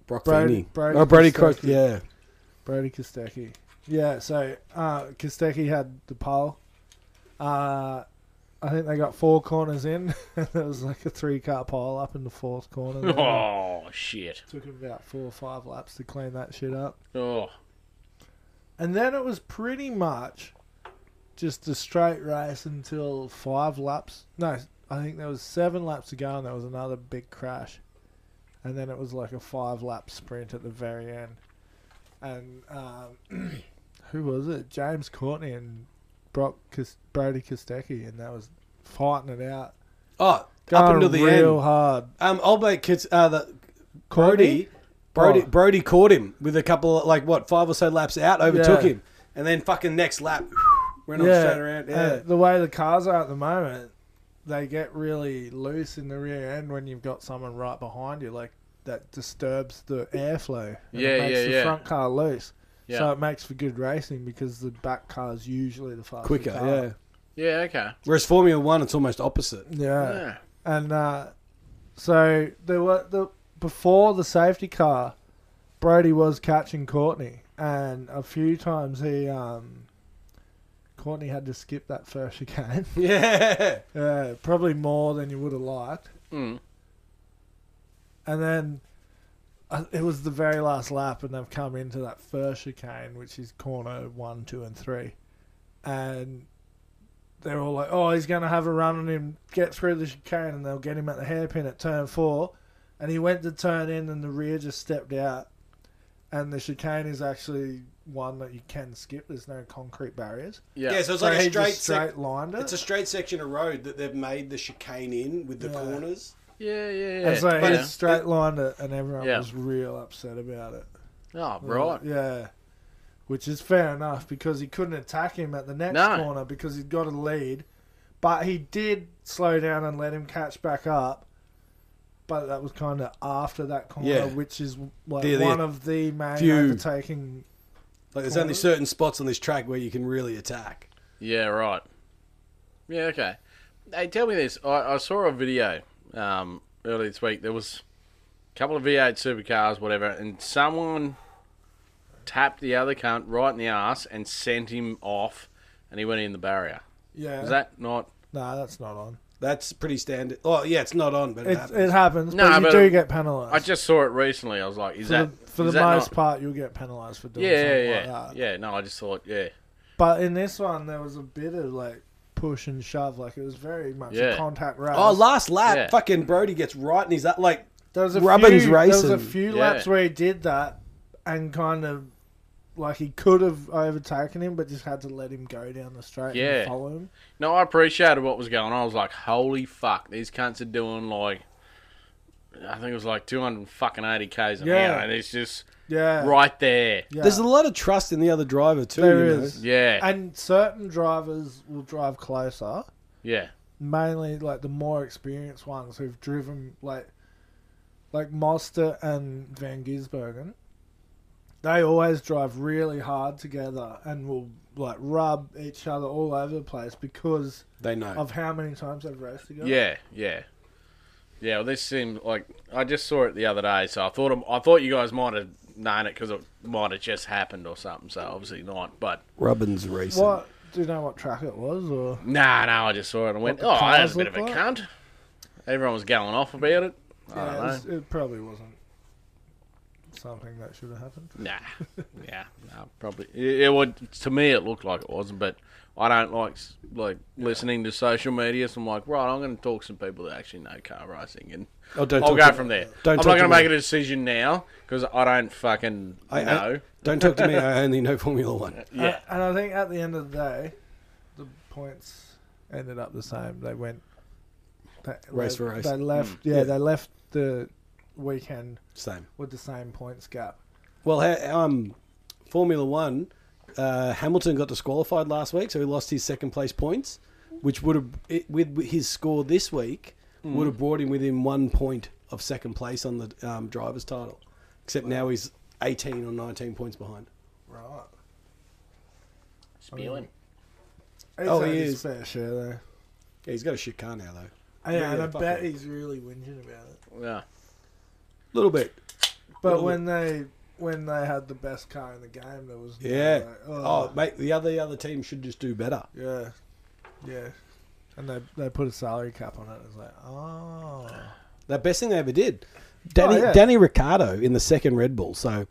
Brock Brody- Feeney. Brody oh, Brody Cross. Kostecki. Yeah. Brody Kostecki. Yeah, so uh, Kostecki had the pole. Uh, I think they got four corners in. there was like a three car pile up in the fourth corner. there. Oh shit. Took him about four or five laps to clean that shit up. Oh And then it was pretty much just a straight race until five laps. No, I think there was seven laps to go and there was another big crash. And then it was like a five lap sprint at the very end. And um, who was it? James Courtney and Brock Kis- Brody Kostecki. And that was fighting it out. Oh, up Going until the real end. hard. Um, old mate kids. Uh, the Brody. Brody, Oh. Brody caught him with a couple, of, like what, five or so laps out, overtook Yeah. him, and then fucking next lap went on straight around. Yeah, uh, the way the cars are at the moment, they get really loose in the rear end when you've got someone right behind you. Like that disturbs the airflow. and it Yeah, makes yeah, the yeah. front car loose. Yeah. So it makes for good racing because the back car is usually the faster quicker. car. Yeah. yeah. Okay. Whereas Formula One, it's almost opposite. Yeah. Yeah. And uh, so there were the before the safety car, Brody was catching Courtney, and a few times he um, Courtney had to skip that first chicane. Yeah. yeah, Uh, probably more than you would have liked. Mm. And then uh, it was the very last lap, and they've come into that first chicane, which is corner one, two, and three. And they're all like, oh, he's going to have a run on him, get through the chicane, and they'll get him at the hairpin at turn four. And he went to turn in, and the rear just stepped out. And the chicane is actually one that you can skip, there's no concrete barriers. Yeah. Yeah, so it's So like a he straight, just straight lined it. It's a straight section of road that they've made the chicane in with the Yeah. corners. yeah. Yeah. Yeah. and so yeah. he just straight lined it, and everyone Yeah. was real upset about it. Oh, right. Yeah. Which is fair enough because he couldn't attack him at the next No. corner because he'd got a lead. But he did slow down and let him catch back up. But that was kind of after that corner, Yeah. which is like The- the one of the main few- overtaking. Like there's there's only only certain spots on this track where you can really attack. Yeah, right. Yeah, okay. Hey, tell me this. I, I saw a video um, earlier this week. There was a couple of V8 supercars, whatever, and someone tapped the other cunt right in the ass and sent him off, and he went in the barrier. Yeah. Is that not? no, that's not on. That's pretty standard. Oh yeah, it's not on, but It, it happens, No, but you but do get penalised. I just saw it recently. I was like, is for that the, for is the that most not- part, you'll get penalised for doing Yeah, something yeah, like yeah, that. yeah. No, I just thought, yeah, But in this one, there was a bit of like push and shove. Like it was very much a Yeah. contact race. oh, last lap, Yeah. fucking Brody gets right in his like There was a Rubbin's few, There racing. was a few Yeah. laps where he did that and kind of like he could have overtaken him, but just had to let him go down the straight Yeah. and follow him. No, I appreciated what was going on. I was like, holy fuck, these cunts are doing like, I think it was like 200 fucking 80 Ks an Yeah. hour. And it's just Yeah, right there. Yeah. There's a lot of trust in the other driver too. There you know. is. Yeah. and certain drivers will drive closer, yeah. mainly like the more experienced ones who've driven like like Moster and Van Gisbergen. They always drive really hard together and will like rub each other all over the place because They know. of how many times they've raced together. Yeah. Yeah. Yeah. Well, this seemed like I just saw it the other day, so I thought I thought you guys might have known it because it might have just happened or something. So obviously not. But Rubbin's racing. What do you know what track it was or nah, no, I just saw it and went, the oh, that's cars a bit of a look like? cunt. Everyone was going off about it. I Yeah, don't it, know. was- it probably wasn't something that should have happened. Nah, yeah, nah, probably. It, it would to me. It looked like it wasn't, but I don't like s- like listening to social media. So I'm like, right, I'm going to talk to some people that actually know car racing, and Oh, don't I'll talk go to- from there. don't I'm talk not to going to make me. a decision now because I don't fucking I- uh, I- know. Don't talk to me. I only know Formula One. yeah, A- and I think at the end of the day, the points ended up the same. They went they, Race they- for race. They left. Yeah, Yeah. they left the weekend Same. with the same points gap. Well, ha- um, Formula One, uh, Hamilton got disqualified last week, so he lost his second place points, which would have it, with his score this week would have brought him within one point of second place on the um, drivers' title. Except now he's eighteen or nineteen points behind. Right. spewing. He's Oh, he had his is. fair share though. Yeah, he's got a shit car now though. Yeah, and I yeah, fuck bet him. he's really whinging about it. Yeah, little bit. But Little when they when they had the best car in the game, there was no, Yeah. like, Oh, mate, the other the other team should just do better. Yeah, yeah. And they they put a salary cap on it. It's like, oh, The best thing they ever did. Danny yeah. Danny Ricciardo in the second Red Bull. So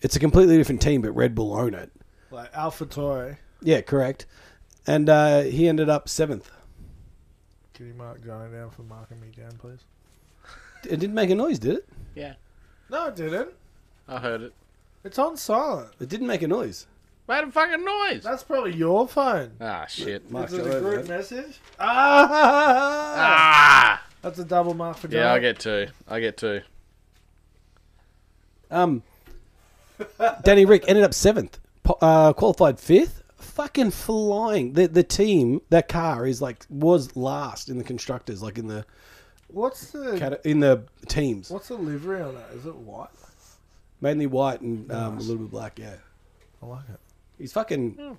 it's a completely different team, but Red Bull own it. like AlphaTauri. Yeah, correct. And uh, he ended up seventh. Can you mark Johnny down for marking me down, please? It didn't make a noise, did it? yeah, No, it didn't. I heard it. It's on silent. It didn't make a noise. Made a fucking noise. That's probably your phone. Ah shit. Mark's Is all it a over group it. message? Ah! Ah. That's a double mark for Johnny. Yeah, I get two. I get two. Um, Danny Rick ended up seventh, po- uh, qualified fifth. Fucking flying. The the team, that car is like was last in the constructors, like in the What's the cata- in the teams. what's the livery on that? Is it white? mainly white and um, a little bit black. Yeah, I like it. he's fucking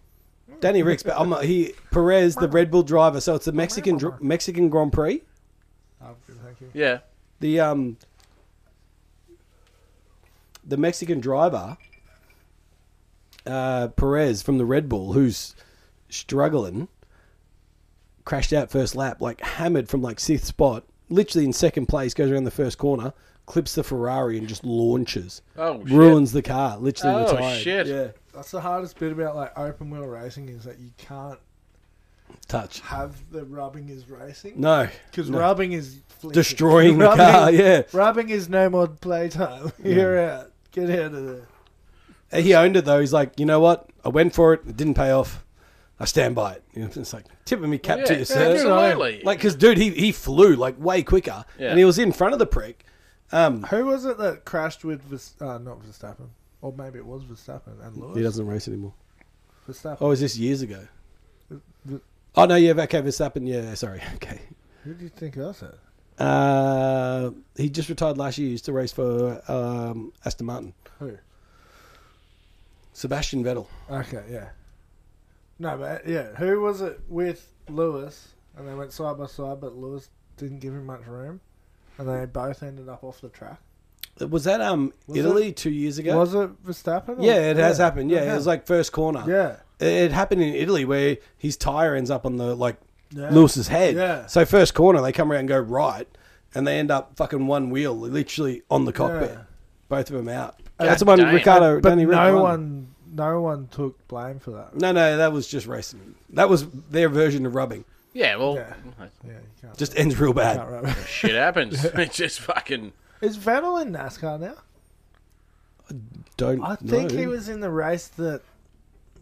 Danny Ricks. But I'm, he Perez, the Red Bull driver. So it's the Mexican dr- Mexican Grand Prix. Oh, good, thank you. Yeah. The um the Mexican driver uh, Perez from the Red Bull, who's struggling, crashed out first lap, like hammered from like sixth spot, literally in second place, goes around the first corner, clips the Ferrari and just launches, Oh, shit. ruins the car, literally Oh, retired. shit. Yeah, That's the hardest bit about like open wheel racing is that you can't touch. have the rubbing is racing. No, Because no. rubbing is flipping. Destroying the Rubbing- car, yeah. rubbing is no more playtime. You're out. Get out of there. he owned it though. He's like, you know what? I went for it. It didn't pay off. I stand by it. You know, it's like tipping me cap yeah. to you, sir. Absolutely. Like, because dude, he, he flew like way quicker, Yeah. and he was in front of the prick. Um, Who was it that crashed with Vers- uh, not Verstappen, or maybe it was Verstappen and Lewis. he doesn't race anymore. Verstappen. Oh, is this years ago? the- Oh no, yeah, okay, Verstappen. Yeah, sorry, okay. Who do you think was it? Uh, he just retired last year. He used to race for um, Aston Martin. Who? Sebastian Vettel. Okay, yeah. No, but yeah, who was it with Lewis? And they went side by side, but Lewis didn't give him much room, and they both ended up off the track. Was that um Was Italy two years ago? Was it Verstappen? or- yeah, it has happened. Yeah, Oh, Okay. it was like first corner. yeah, It- It happened in Italy where his tire ends up on the like Yeah. Lewis's head. Yeah. So first corner, they come around and go right, and they end up fucking one wheel literally on the cockpit. Yeah. Both of them out. Yeah, That's the one damn. Ricardo. but Danny Rick no won. one, no one took blame for that. No, no, that was just racing. That was their version of rubbing. Yeah, well, Yeah. Yeah, you can't. Just ends real you can't bad. rub it. shit happens. It just fucking. Is Vettel in NASCAR now? Don't. I think know. he was in the race that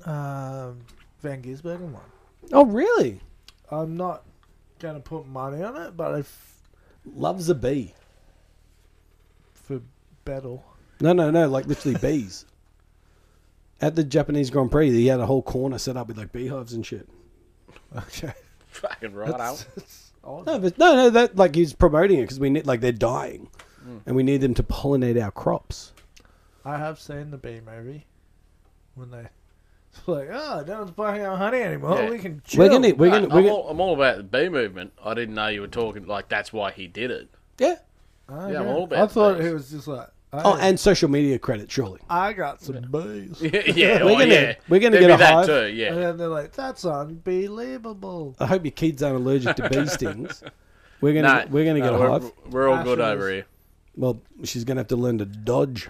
um, Van Gisbergen won. Oh, really? I'm not going to put money on it, but if Loves a bee. for Vettel, No, no, no. Like literally bees. At the Japanese Grand Prix, he had a whole corner set up with like beehives and shit. okay, Fucking right out. odd. No, but no, no. That like he's promoting it because we need like they're dying, Mm. and we need them to pollinate our crops. I have seen the bee movie when they it's like, oh, no one's buying our honey anymore. Yeah. We can chill. Oh, We're gonna, we're gonna, I'm, we're gonna, all, I'm all about the B movement. I didn't know you were talking like that's why he did it. yeah. Oh, Yeah, I'm yeah. all about I thought bees. it was just like, Oh, oh, and social media credit, surely. I got some bees. Yeah, yeah, We're oh, gonna- yeah. we're gonna get There'd be a that hive. too. Yeah, And then they're like, that's unbelievable. I hope your kids aren't allergic to bee stings. We're gonna, Nah, we're gonna no, get a we're, hive. We're all good Ashes. over here. Well, she's gonna have to learn to dodge.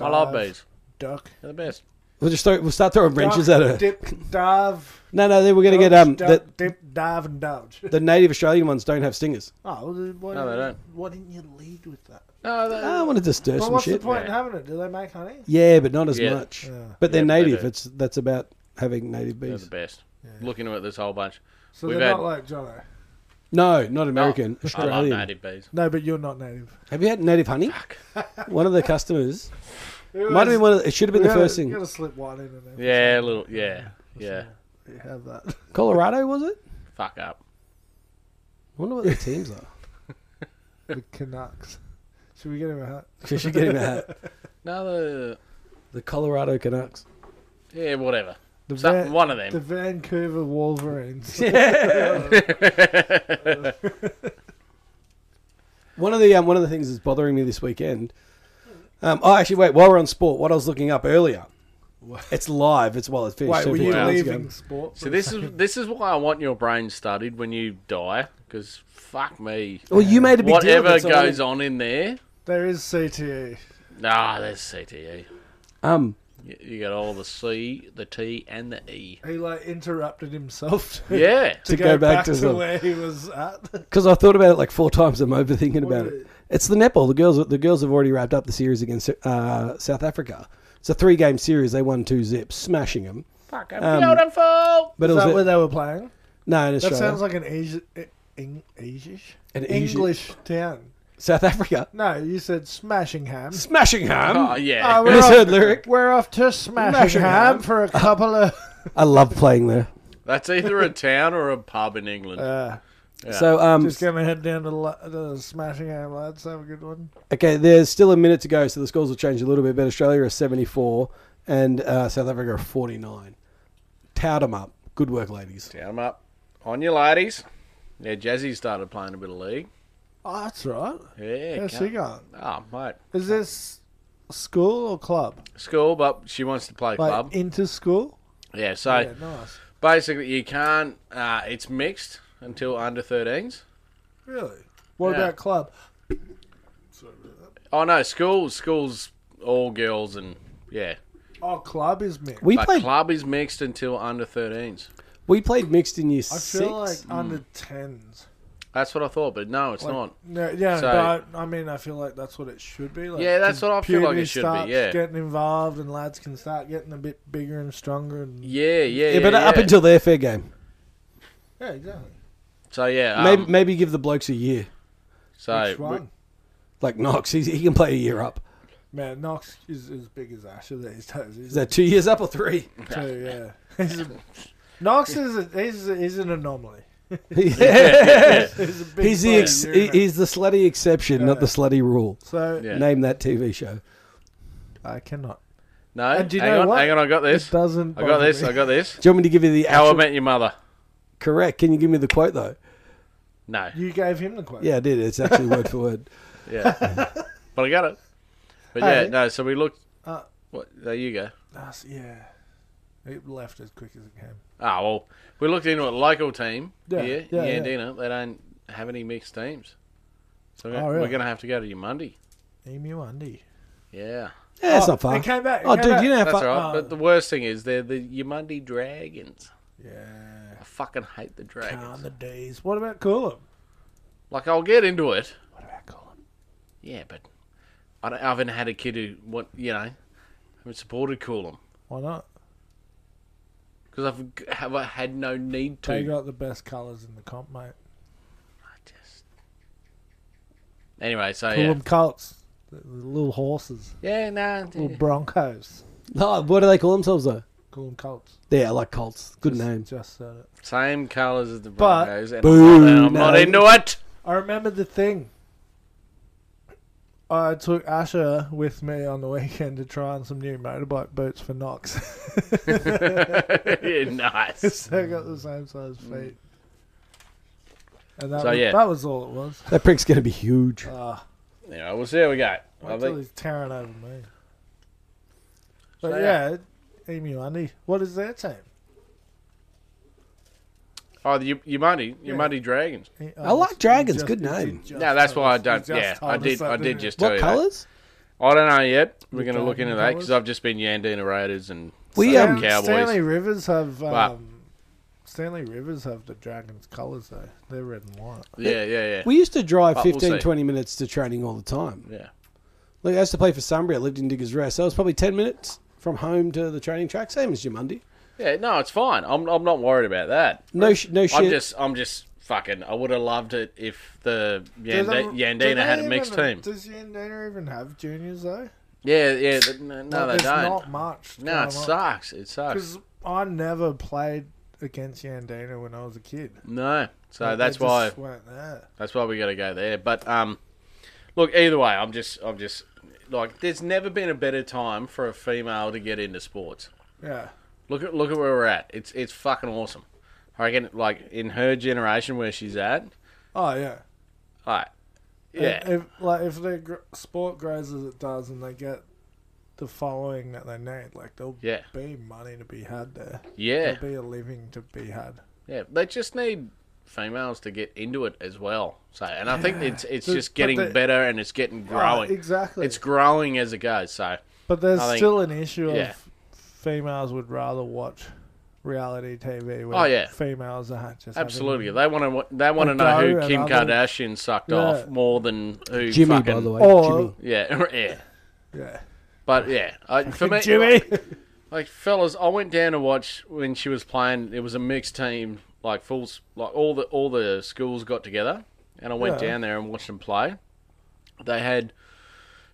I love Dive, bees. Duck. They're the best. We'll just throw, we'll start throwing wrenches at Duck, her. Dip, dive. No, no, then we're gonna get um dodge, the, duck, dip, dive, and dodge. the native Australian ones don't have stingers. Oh, well, then why No, they didn't- don't. Why didn't you lead with that? No, they, I want to disturb But some what's shit. the point in Yeah. having it? Do they make honey? Yeah, but not as Yeah. much. Yeah. But they're Yeah, but they native. do. it's that's about having native they're bees. the best. Looking at this whole bunch. So We've they're had- not like Jono. No, not American. Oh, I love Australian. native bees. No, but you're not native. Have you had native honey? One of the customers It might have been one. Of the, it should have been the first You thing. gotta slip one in and there. Yeah, a little. Yeah, yeah. You have that. Colorado was it? Fuck up. I wonder what their teams are. the Canucks. Should we get him a hat? We should get him a hat. No, the The Colorado Canucks. yeah, whatever. The Some- Van- one of the them. Vancouver Wolverines. One of the um, one of the things that's bothering me this weekend. Um, oh, actually, wait. While we're on sport, what I was looking up earlier. It's live. It's while it's finished. Wait, so were people you can see leaving it. sport? So this is this is why I want your brain studied when you die, because fuck me, Well, you made a big deal. whatever of it, so I goes on in there. There is E. CTE. Nah, there's CTE. Um, You, you got all the C, the T, and the E. He like interrupted himself to, Yeah, To go back to to them. where he was at. Because I thought about it like four times. I'm overthinking about What it. It's the netball. The girls, the girls have already wrapped up the series against uh, South Africa. It's a three game series. They won two zips, smashing them. fucking Um, beautiful. But it Is was that a- where they were playing? no in That Australia. sounds like an Asian, Eng, Asian, An Asian- English town. South Africa, No, you said smashing ham. smashing ham. Oh yeah, Oh, we're, Misheard off, lyric. we're off to smashing ham, Smashingham. for a couple of. I love playing there. that's either a town or a pub in England. Uh, Yeah. So um, Just going to head down to the, the smashing game, lads. Have a good one. Okay, there's still a minute to go, so the scores will change a little bit. But Australia are 74 and uh, South Africa are 49. Tout them up. Good work, ladies. Down 'em up. On you, ladies. Yeah, Jazzy started playing a bit of league. Oh, that's right. Yeah, How's she cunt. going? Oh, mate. Is this school or club? School, but she wants to play Like club. into school? yeah, so yeah, nice. basically you can't. Uh, it's mixed until under 13s. Really? What Yeah. about club? Oh no, schools, schools, all girls and yeah. Oh, club is mixed. We but played. club is mixed until under 13s. we played mixed in year I six. feel like under tens. That's what I thought, but no, it's Like, not. No, yeah, So- but I, I mean, I feel like that's what it should be. Like, Yeah, that's what I feel like puberty it should be, starts yeah. getting involved and lads can start getting a bit bigger and stronger. And, yeah. uh, Yeah, yeah, yeah, but up yeah. until their fair game. exactly. so yeah, Maybe um, maybe give the blokes a year. so Which one? Like Knox, he's, he can play a year up. Man, Knox is as big as Asher these days. He's Is that two years up or three? too, yeah. He's a, Knox is a, he's, a, he's an anomaly. Yeah. He's, a big he's the player, ex- you're right. he's the slutty exception, not the Yeah. slutty rule. so Yeah. Name that TV show. I cannot. no, And do you hang know on, what? hang on, I got It this, doesn't. I got bother this, me. I got this. Do you want me to give you the How I actual? Met Your Mother. correct. Can you give me the quote though? No, You gave him the quote. Yeah, I did. It's actually word for word. yeah, but I got it. But yeah, Hey. no. So we looked. Uh, what? There you go. That's, yeah. It left as quick as it came. Ah, well, we looked into a local team Yeah, here, yeah, yeah. Yandina. They don't have any mixed teams, so we're, Oh, really? we're going to have to go to your Monday. Emu Undy. Yeah, Yeah, it's Oh, not far. It came back. it Oh, came dude, back. you know how that's all far. right. uh, But the worst thing is they're the Yamundi Dragons. Yeah. I fucking hate the Dragons. Count the days. What about Coolum? Like I'll get into it. What about Coolum? Yeah, but I, don't, I haven't had a kid who what you know haven't supported Coolum Why not? because I've have I had no need to. They got the best colours in the comp, mate. I just anyway. So Coolum Colts. The, the little horses. yeah, yeah, nah. Little Broncos. No, Oh, what do they call themselves though? Coolum Colts. Yeah, I like Colts. Good Just- name. Just said it. Same colours as the But- Broncos, and Boo, I'm, I'm not no. into it. I remember the thing. I took Asher with me on the weekend to try on some new motorbike boots for Knox. yeah, nice. so I got the same size feet. And that, So, was, yeah. that was all it was. That prick's gonna be huge. Ah, Anyway, we'll see how we go. I wait till think he's tearing over me. But So, yeah, Emu Undy. What is their team? oh, the Yam- Yamundi, Yamundi Dragons. He- I like you dragons, just- good you name. just No, that's told why I us- you don't. just Yeah, told I us did. that, I didn't did you? just tell what you. that. colours? I don't know yet. We're The going to look Dragon into that because colours? I've just been Yandina Raiders and We, some um, Cowboys. Stanley Rivers have. But- Um, Stanley Rivers have the dragons' colours though. They're red and white. Yeah, yeah, yeah. We used to drive But we'll 15, see. 20 minutes to training all the time. yeah. Look, I used to play for Sunbury. I lived in Diggers Rest. That was probably ten minutes from home to the training track. Same as Jumundi. Yeah, no, it's fine. I'm I'm not worried about that. No, sh- no shit. I'm just I'm just fucking I would have loved it if the Does Yanda- um, do Yandina had a they mixed even- team. Does Yandina even have juniors though? Yeah, yeah, th- no, no they Like, there's don't. Not much. No, it sucks. It sucks. Because I never played against Yandina when I was a kid. No. So Like, they that's just why weren't there. that's why we got to go there. But um look, either way, I'm just I'm just like there's never been a better time for a female to get into sports. Yeah. Look at look at where we're at. It's it's fucking awesome. I reckon like in her generation where she's at. Oh yeah. Like yeah. If, if- like if their gr- sport grows as it does and they get the following that they need, like there'll Yeah. be money to be had there. Yeah. There'll be a living to be had. Yeah, they just need females to get into it as well. So, and I think it's it's But- just but getting they- better and it's getting growing. Right, exactly. It's growing as it goes. So, But there's I think- still an issue yeah. of females would rather watch reality TV. Where Oh, yeah. females are just having- absolutely, they want to they want to A know go who at Kim other- Kardashian sucked Yeah. off more than who Jimmy, fucking, by the way. Or- Jimmy. Yeah, yeah. yeah, But yeah, I, for me, Jimmy. like fellas, I went down to watch when she was playing. It was a mixed team, like full, s- like all the all the schools got together, and I went Yeah. down there and watched them play. They had,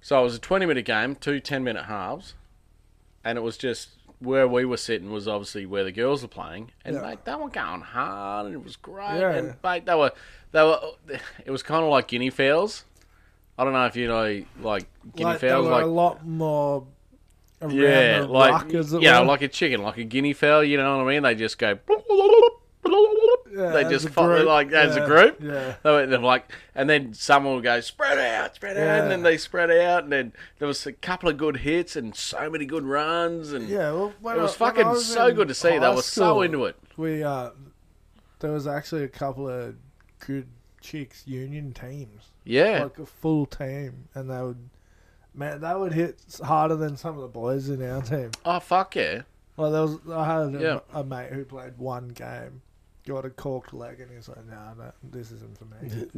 so it was a twenty minute game, two 10 minute halves, and it was just where we were sitting was obviously where the girls were playing, and Yeah. mate, they were going hard, and it was great. Yeah. And mate, they were they were. It was kind of like guinea fowls. I don't know if you know, like guinea like, they fowls, were like a lot more around yeah, the like ruck, as it yeah, were. like a chicken, like a guinea fowl. You know what I mean? They just go. Yeah, they as just a follow group. like as Yeah, a group. yeah. They were- They're like, and then someone will go spread out, spread out, Yeah. and then they spread out, and then there was a couple of good hits and so many good runs, and Yeah, well, when it was I- when I fucking was so in good to see. They high were so school, into it. We uh, there was actually a couple of good chicks union teams, Yeah, like a full team, and they would man, they would hit s- harder than some of the boys in our team. oh fuck yeah, Well, there was I had a, Yeah. a mate who played one game, got a corked leg, and he's like, "No, no, this isn't for me."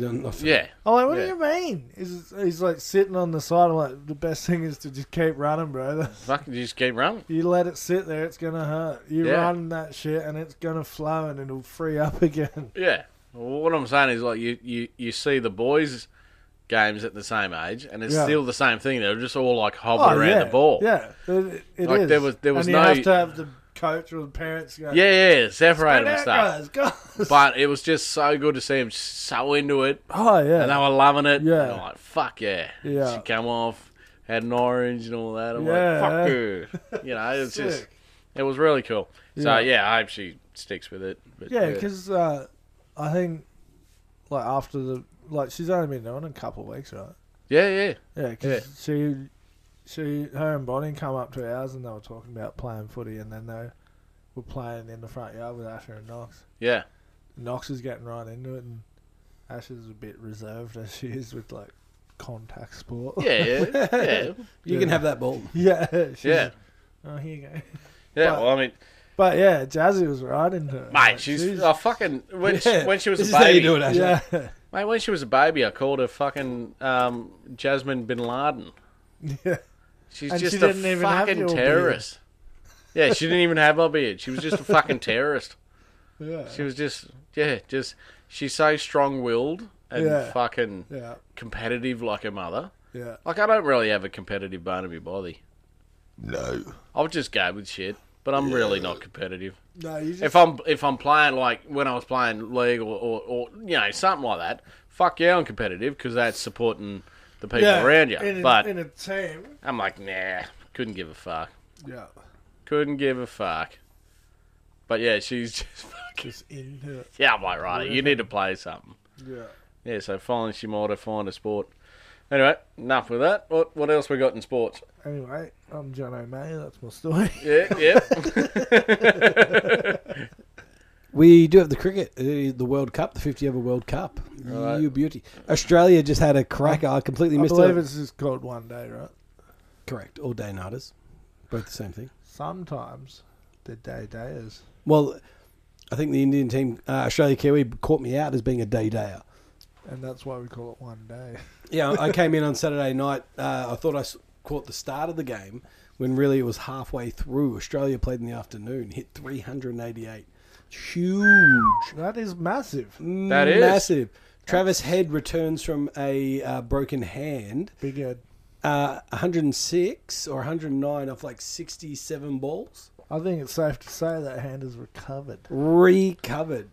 yeah, I'm like, "What Yeah. do you mean?" He's, he's like sitting on the side. I'm like, "The best thing is to just keep running, bro." fucking just keep running. You let it sit there, it's gonna hurt. You Yeah. run that shit, and it's gonna flow, and it'll free up again. Yeah. Well, what I'm saying is, like, you, you, you see the boys' games at the same age, and it's Yeah. Oh, still the same thing. They're just all like hobbling around yeah, the ball. yeah. It, it Like, is. there was- there was and no- You have to have the coach or the parents go. yeah, yeah, separate "Get them and out, stuff. guys, guys." But it was just so good to see them so into it, oh and they yeah, were loving it. Yeah. And I'm like, fuck yeah. Yeah. She came off, had an orange and all that. I'm Yeah. like, fuck you. You know, it's just, Sick. it was really cool. Yeah. So, yeah, I hope she sticks with it. But, yeah. Because uh, I think like after the like she's only been doing it a couple of weeks, right? yeah, yeah. Yeah, because she she her and Bonnie come up to ours, and they were talking about playing footy, and then they were playing in the front yard with Asher and Knox. Yeah. Knox is getting right into it, and Ash is a bit reserved as she is with like contact sport. Yeah. Yeah. Yeah. You can have that ball. yeah, she's- Yeah. Oh, here you go. yeah. But- Well, I mean, But yeah, Jazzy was right into it. Mate, Like, she's, oh, fucking when Yeah. she, when she was This is a how you baby. do it, Ash. yeah, Mate, when she was a baby, I called her fucking um, Jasmine Bin Laden. yeah, She's And just she a didn't even have fucking your beard. terrorist. Yeah, she didn't even have a beard. She was just a fucking terrorist. yeah, She was just yeah, just she's so strong-willed and Yeah. fucking yeah, competitive like her mother. yeah. Like I don't really have a competitive bone in my body. No, I'll just go with shit. But I'm really not competitive. No, you just if I'm if I'm playing like when I was playing league or, or, or you know something like that, fuck yeah, I'm competitive because that's supporting the people yeah, around you. in a, but in a team. I'm like, nah, couldn't give a fuck, Yeah, couldn't give a fuck. But yeah, she's just fucking just into it. yeah. I'm like, right, you need to play something. Yeah. Yeah, so finally she might have find a sport. Anyway, enough with that. What what else we got in sports? Anyway, I'm John O'May. That's my story. Yeah, yeah. We do have the cricket, uh, the World Cup, the 50 over World Cup. You beauty. Australia just had a cracker. I completely I missed believe it. it's just called one day, right? Correct. All day nighters. Both the same thing. Sometimes the day day is. Well, I think the Indian team, uh, Australia Kiwi, caught me out as being a day dayer. And that's why we call it one day. Yeah, I came in on Saturday night. Uh, I thought I s- caught the start of the game when really it was halfway through. Australia played in the afternoon, hit 388. Huge. That is massive. That is. Massive. Travis Head returns from a uh, broken hand. Big Ed. Uh, 106 or 109 off like 67 balls. I think it's safe to say that hand is recovered. Recovered.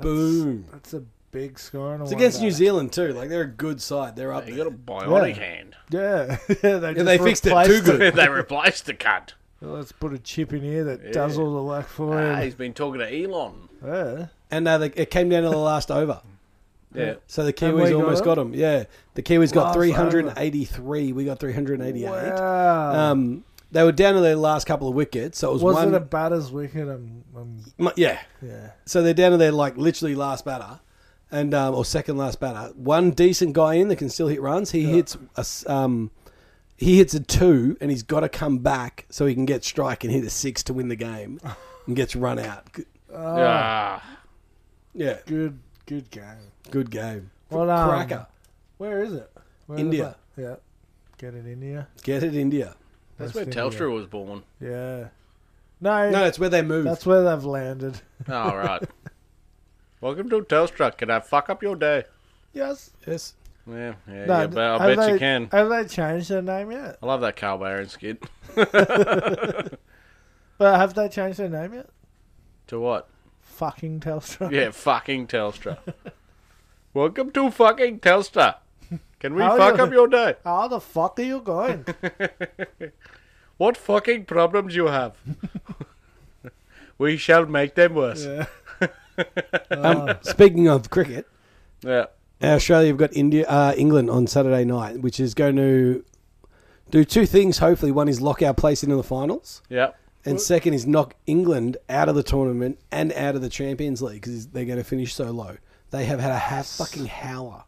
Boom. That's a big score. In a It's one against day. New Zealand too. Like they're a good side. They're up you there. got a bionic Yeah. hand. Yeah, yeah. They, just they fixed it replaced too good. they replaced the cunt. Well, Let's put a chip in here that does all the work for Ah, you. he's been talking to Elon. Yeah. And uh, they, it came down to the last over. Yeah. So the And we Kiwis got almost it? got him. Yeah, the Kiwis got Last 383. We got 388. Wow. Um, they were down to their last couple of wickets. So it was, was one. it a batter's wicket? Um, um, mu- yeah. yeah. So they're down to their like literally last batter, and um, or second last batter. One decent guy in that can still hit runs. He hits a s- um, he hits a two, and he's got to come back so he can get strike and hit a six to win the game, and gets run out. Good- Ah. Yeah, Good, good game. good game. What, um, Cracker. Where is it? Where is India. it? Yeah. Get it, India. Get it, India. That's uh, where West Telstra India. was born. Yeah. No, No, it's where they moved. that's where they've landed. All right. Welcome to Telstra. Can I fuck up your day? Yes. yes. Yeah, yeah, No, yeah. But I have bet you they- can. Have they changed their name yet? I love that Carl Barron skit. But have they changed their name yet? To what? Fucking Telstra. Yeah, fucking Telstra. Welcome to fucking Telstra. Can we How are fuck you- up your day? How the fuck are you going? What fucking problems you have? we shall make them worse. Yeah. yeah. Um, speaking of cricket, yeah. uh, Australia have got India, uh, England on Saturday night, which is going to do two things. Hopefully, one is lock our place into the finals, and second is knock England out of the tournament and out of the Champions League because they're going to finish so low. They have had a half fucking howler.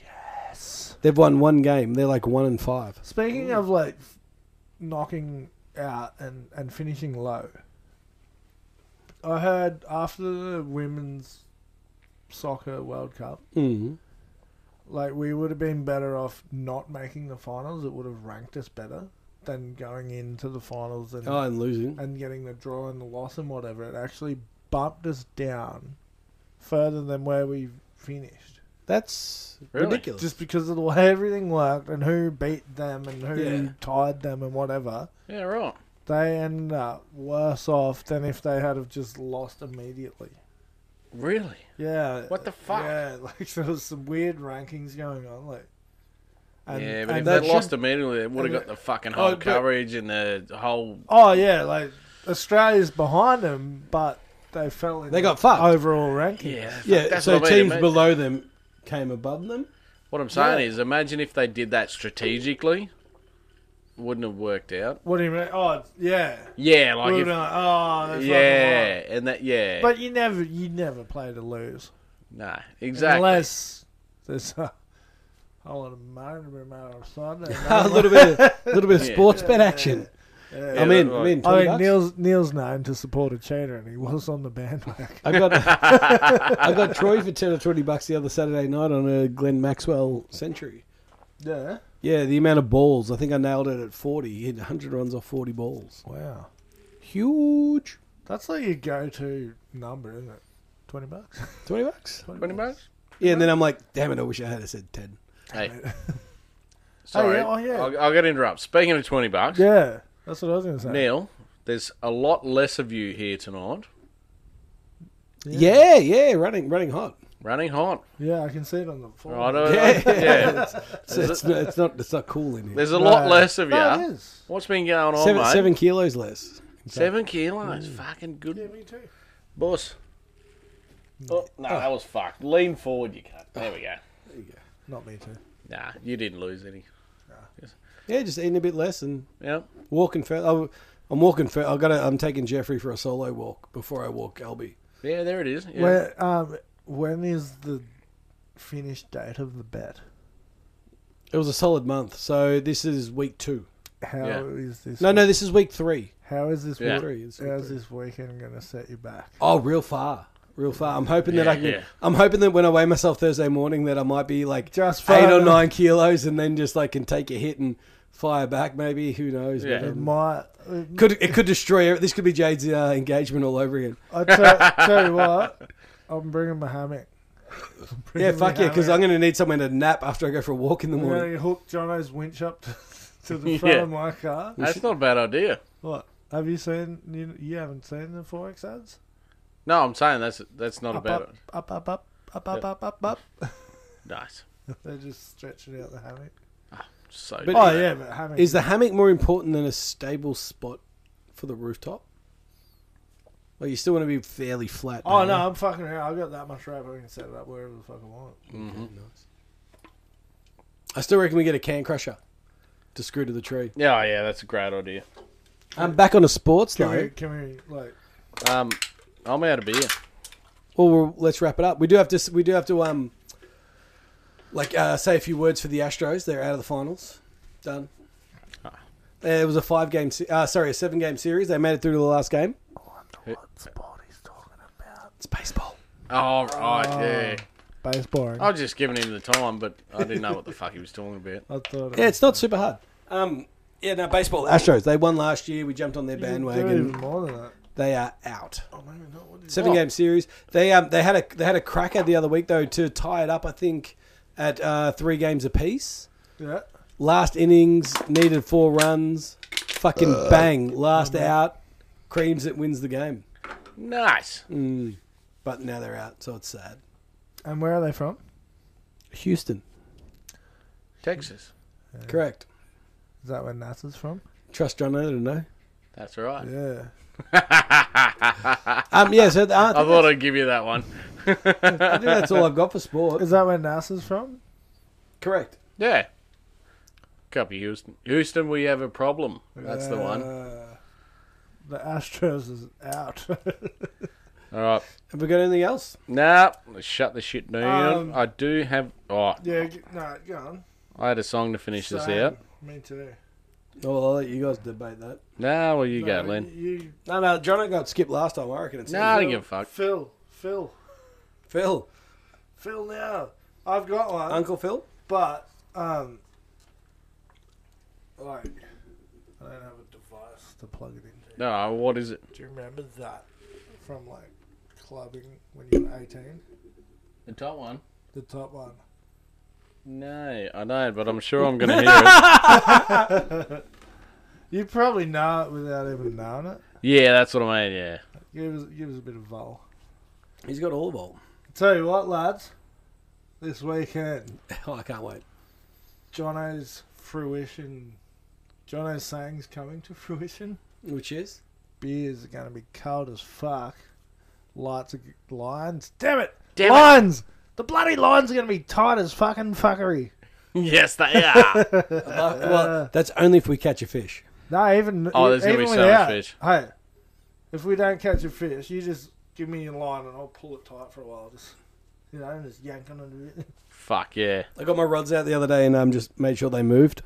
Yes, they've won one game. They're like one and five. Speaking of like f- knocking out and, and finishing low, I heard after the women's soccer World Cup, Mm-hmm. Mm. like we would have been better off not making the finals. It would have ranked us better than going into the finals and Oh, and losing. Uh, and getting the draw and the loss and whatever. It actually bumped us down further than where we finished. That's Really? ridiculous. Just because of the way everything worked and who beat them and who Yeah. tied them and whatever, Yeah, right. they ended up worse off than if they had have just lost immediately. Really? Yeah. What the fuck? Yeah, like there was some weird rankings going on, like. yeah, but if that they lost should- immediately, they would have and got the- the fucking Oh, whole but- coverage and the whole. Oh yeah, like Australia's behind them, but they fell in. They the got fucked. overall ranking. Yeah, fuck, yeah, that's so what I mean. teams Ima- below them came above them. What I'm saying is, imagine if they did that strategically, wouldn't have worked out. What do you mean? Oh yeah. Yeah, like We if, would've been like, oh, that's fucking yeah, and that yeah, right. But you never, you never play to lose, nah, exactly. unless there's a whole lot of money to be made on Sunday. a little bit, of, little bit of Yeah. sports bet action. Yeah, I mean, that- I mean, I 20 mean, bucks. Neil's Neil's known to support a cheater, and he was on the bandwagon. I got, I got Troy for ten or twenty bucks the other Saturday night on a Glenn Maxwell century. yeah. Yeah, the amount of balls. I think I nailed it at forty. He hit hundred runs off forty balls. Wow. Huge. That's like your go-to number, isn't it? Twenty bucks. Twenty bucks. Twenty bucks. Yeah, and then I'm like, damn it, I wish I had said ten. Hey, Oh, sorry, yeah, oh, yeah. I'll, I'll get interrupt. Speaking of twenty bucks, Yeah, that's what I was gonna say. Neil, there's a lot less of you here tonight. Yeah, yeah, running, running hot. Running hot, Yeah, I can see it on the floor. right? I- I- Yeah. yeah. It's, it's, not, it's not, it's not cool in here. There's a lot No. less of you. No, it is. What's been going on, Seven, mate? seven kilos less. Seven kilos. Fucking good Yeah, me too. boss. Oh, no, that was fucked. Lean forward, you cunt. There we go. Not me too. Nah, you didn't lose any. Yeah, just eating a bit less and Yeah. walking further. I'm- I'm walking further. I got. to I'm taking Jeffrey for a solo walk before I walk Albie. Yeah, there it is. Yeah. Where, um, when is the finished date of the bet? It was a solid month. So this is week two. How is Yeah. this? No, no, this is week three. How is this? Yeah. Yeah. Three, it's How's three. this weekend going to set you back? Oh, real far, real far. I'm hoping that Yeah, I can. yeah. I'm hoping that when I weigh myself Thursday morning, that I might be like Just eight or fine. nine kilos, and then just like can take a hit and fire back. Maybe who knows? Yeah. But, It um, might. could it could destroy. This could be Jade's uh, engagement all over again. I tell, tell you what, I'm bringing my hammock. I'm Yeah, bringing my fuck yeah, because I'm hammock. going to need somewhere to nap after I go for a walk in the I'm morning. going to hook Jono's winch up to, to the front Yeah. of my car. That's not a bad idea. What? Have you seen? You, you haven't seen the forex ads? No, I'm saying that's that's not a Up, bad. up, up, up, up, up, up, up, up, up. Nice. They're just stretching out the hammock. So. But- Oh yeah, but hammock. Is the hammock more important than a stable spot for the rooftop? Well, you still want to be fairly flat. Oh don't no, you? I'm fucking around. I've got that much rope. I can set it up wherever the fuck I want. I still reckon we get a can crusher to screw to the tree. Yeah, oh, yeah, that's a great idea. I'm back on a sports Can though. we? Can we like? Um, I'm out of beer. Well, we'll let's wrap it up. We do have to. We do have to. Um, like uh, say a few words for the Astros. They're out of the finals. Done. Uh, It was a five game. se- Uh, sorry, a seven game series. They made it through to the last game. It's baseball. Oh right, yeah. Base boring. I was just giving him the time, but I didn't know what the fuck he was talking about. I thought. Yeah, it's not super hard. Um, yeah, no baseball. Astros. They won last year. We jumped on their You can do it bandwagon. Even more than that. They are out. Oh, maybe not. What is Seven game series. They um they had a they had a cracker the other week though to tie it up. I think at uh, three games apiece. yeah. Last innings needed four runs. fucking bang, last out, creams it wins the game. Mm. Nice. But now they're out, so it's sad. And where are they from? Houston, Texas. correct. Is that where NASA's from? Trust John Lennon to know. That's right. Yeah. Um, yeah, so th- I, I think thought I'd give you that one. I think that's all I've got for sport. Is that where NASA's from? Correct. Yeah. Copy Houston. Houston, we have a problem. That's the one. All Uh, The Astros is out. right. Have we got anything else? Nah, let's shut the shit down. Um, I do have. Oh, yeah, g- no, go on. I had a song to finish this Same. out. Me too. Oh, well, I'll let you guys debate that. Nah, well, you No, go, Len. You, No, no, John got skipped last time. I reckon it's Nah, I don't give a fuck. Phil, Phil, Phil, Phil. Now I've got one, Uncle Phil. but um, like I don't have a device to plug it into. No, what is it? Do you remember that from like clubbing when you were eighteen? The top one. The top one. No, I know, but I'm sure I'm going to hear it. You probably know it without even knowing it. Yeah, that's what I mean. Yeah. Give us, give us a bit of vol. He's got all of them. Tell you what, lads, this weekend, Oh, I can't wait. Jono's fruition, Jono's saying's coming to fruition. Which is? Beers are going to be cold as fuck. Lights are g- lines. Damn it! Damn it. lines! The bloody lines are going to be tight as fucking fuckery. Yes, they are. Uh, well, that's only if we catch a fish. No, even Oh, there's gonna even be so much without, fish. Hey, if we don't catch a fish, you just give me your line and I'll pull it tight for a while. Just you know, and just yank on it a bit. fuck yeah. I got my rods out the other day and um, just made sure they moved.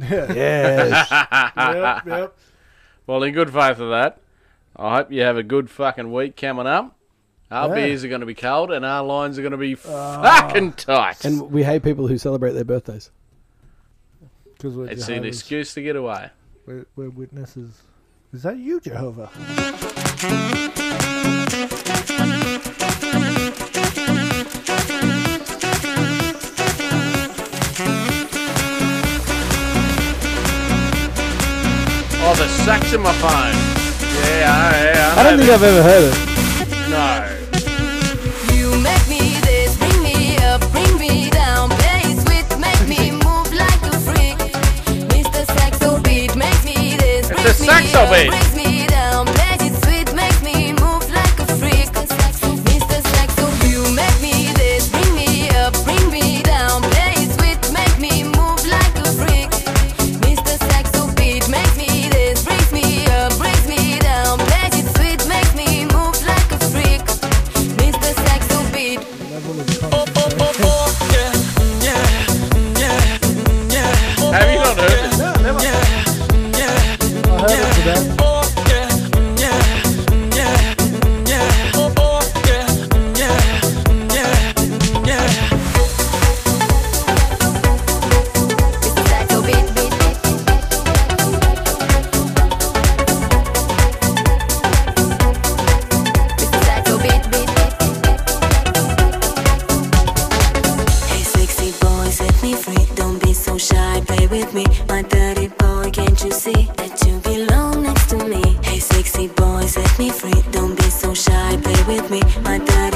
Yeah. Yes. yep, yep. Well, in good faith of that, I hope you have a good fucking week coming up. Our Yeah. beers are going to be cold and our lines are going to be fucking tight. Ah. and we hate people who celebrate their birthdays. Because we're it's an excuse to get away. We're, we're witnesses. Is that you, Jehovah? Oh, the sax in my phone. Yeah, oh, yeah. I don't think I've ever heard it. No. You make me this, bring me up, bring me down. Play it sweet, make me move like a freak. Mr. Saxo beat makes me It's this, a brings me saxo up, beat. brings me down. Play it sweet, makes me move like a freak. Mr. Saxo, you make me this, bring me up, bring me down. Play it sweet, make me move like a freak. Mr. Saxo beat makes me this, brings me up, brings me down. Play it sweet, makes me move like a freak. Mr. Saxo beat. Level of concentration. Have you not heard this? I heard it today. Mr. Saxo beat, beat, beat. Mr. Saxo beat, beat, beat. Hey, sexy boy, set me free. Don't be so shy, play with me. My dirty boy, can't you see that you belong next to me? Hey, sexy boy, set me free. Don't be so shy, play with me. My dirty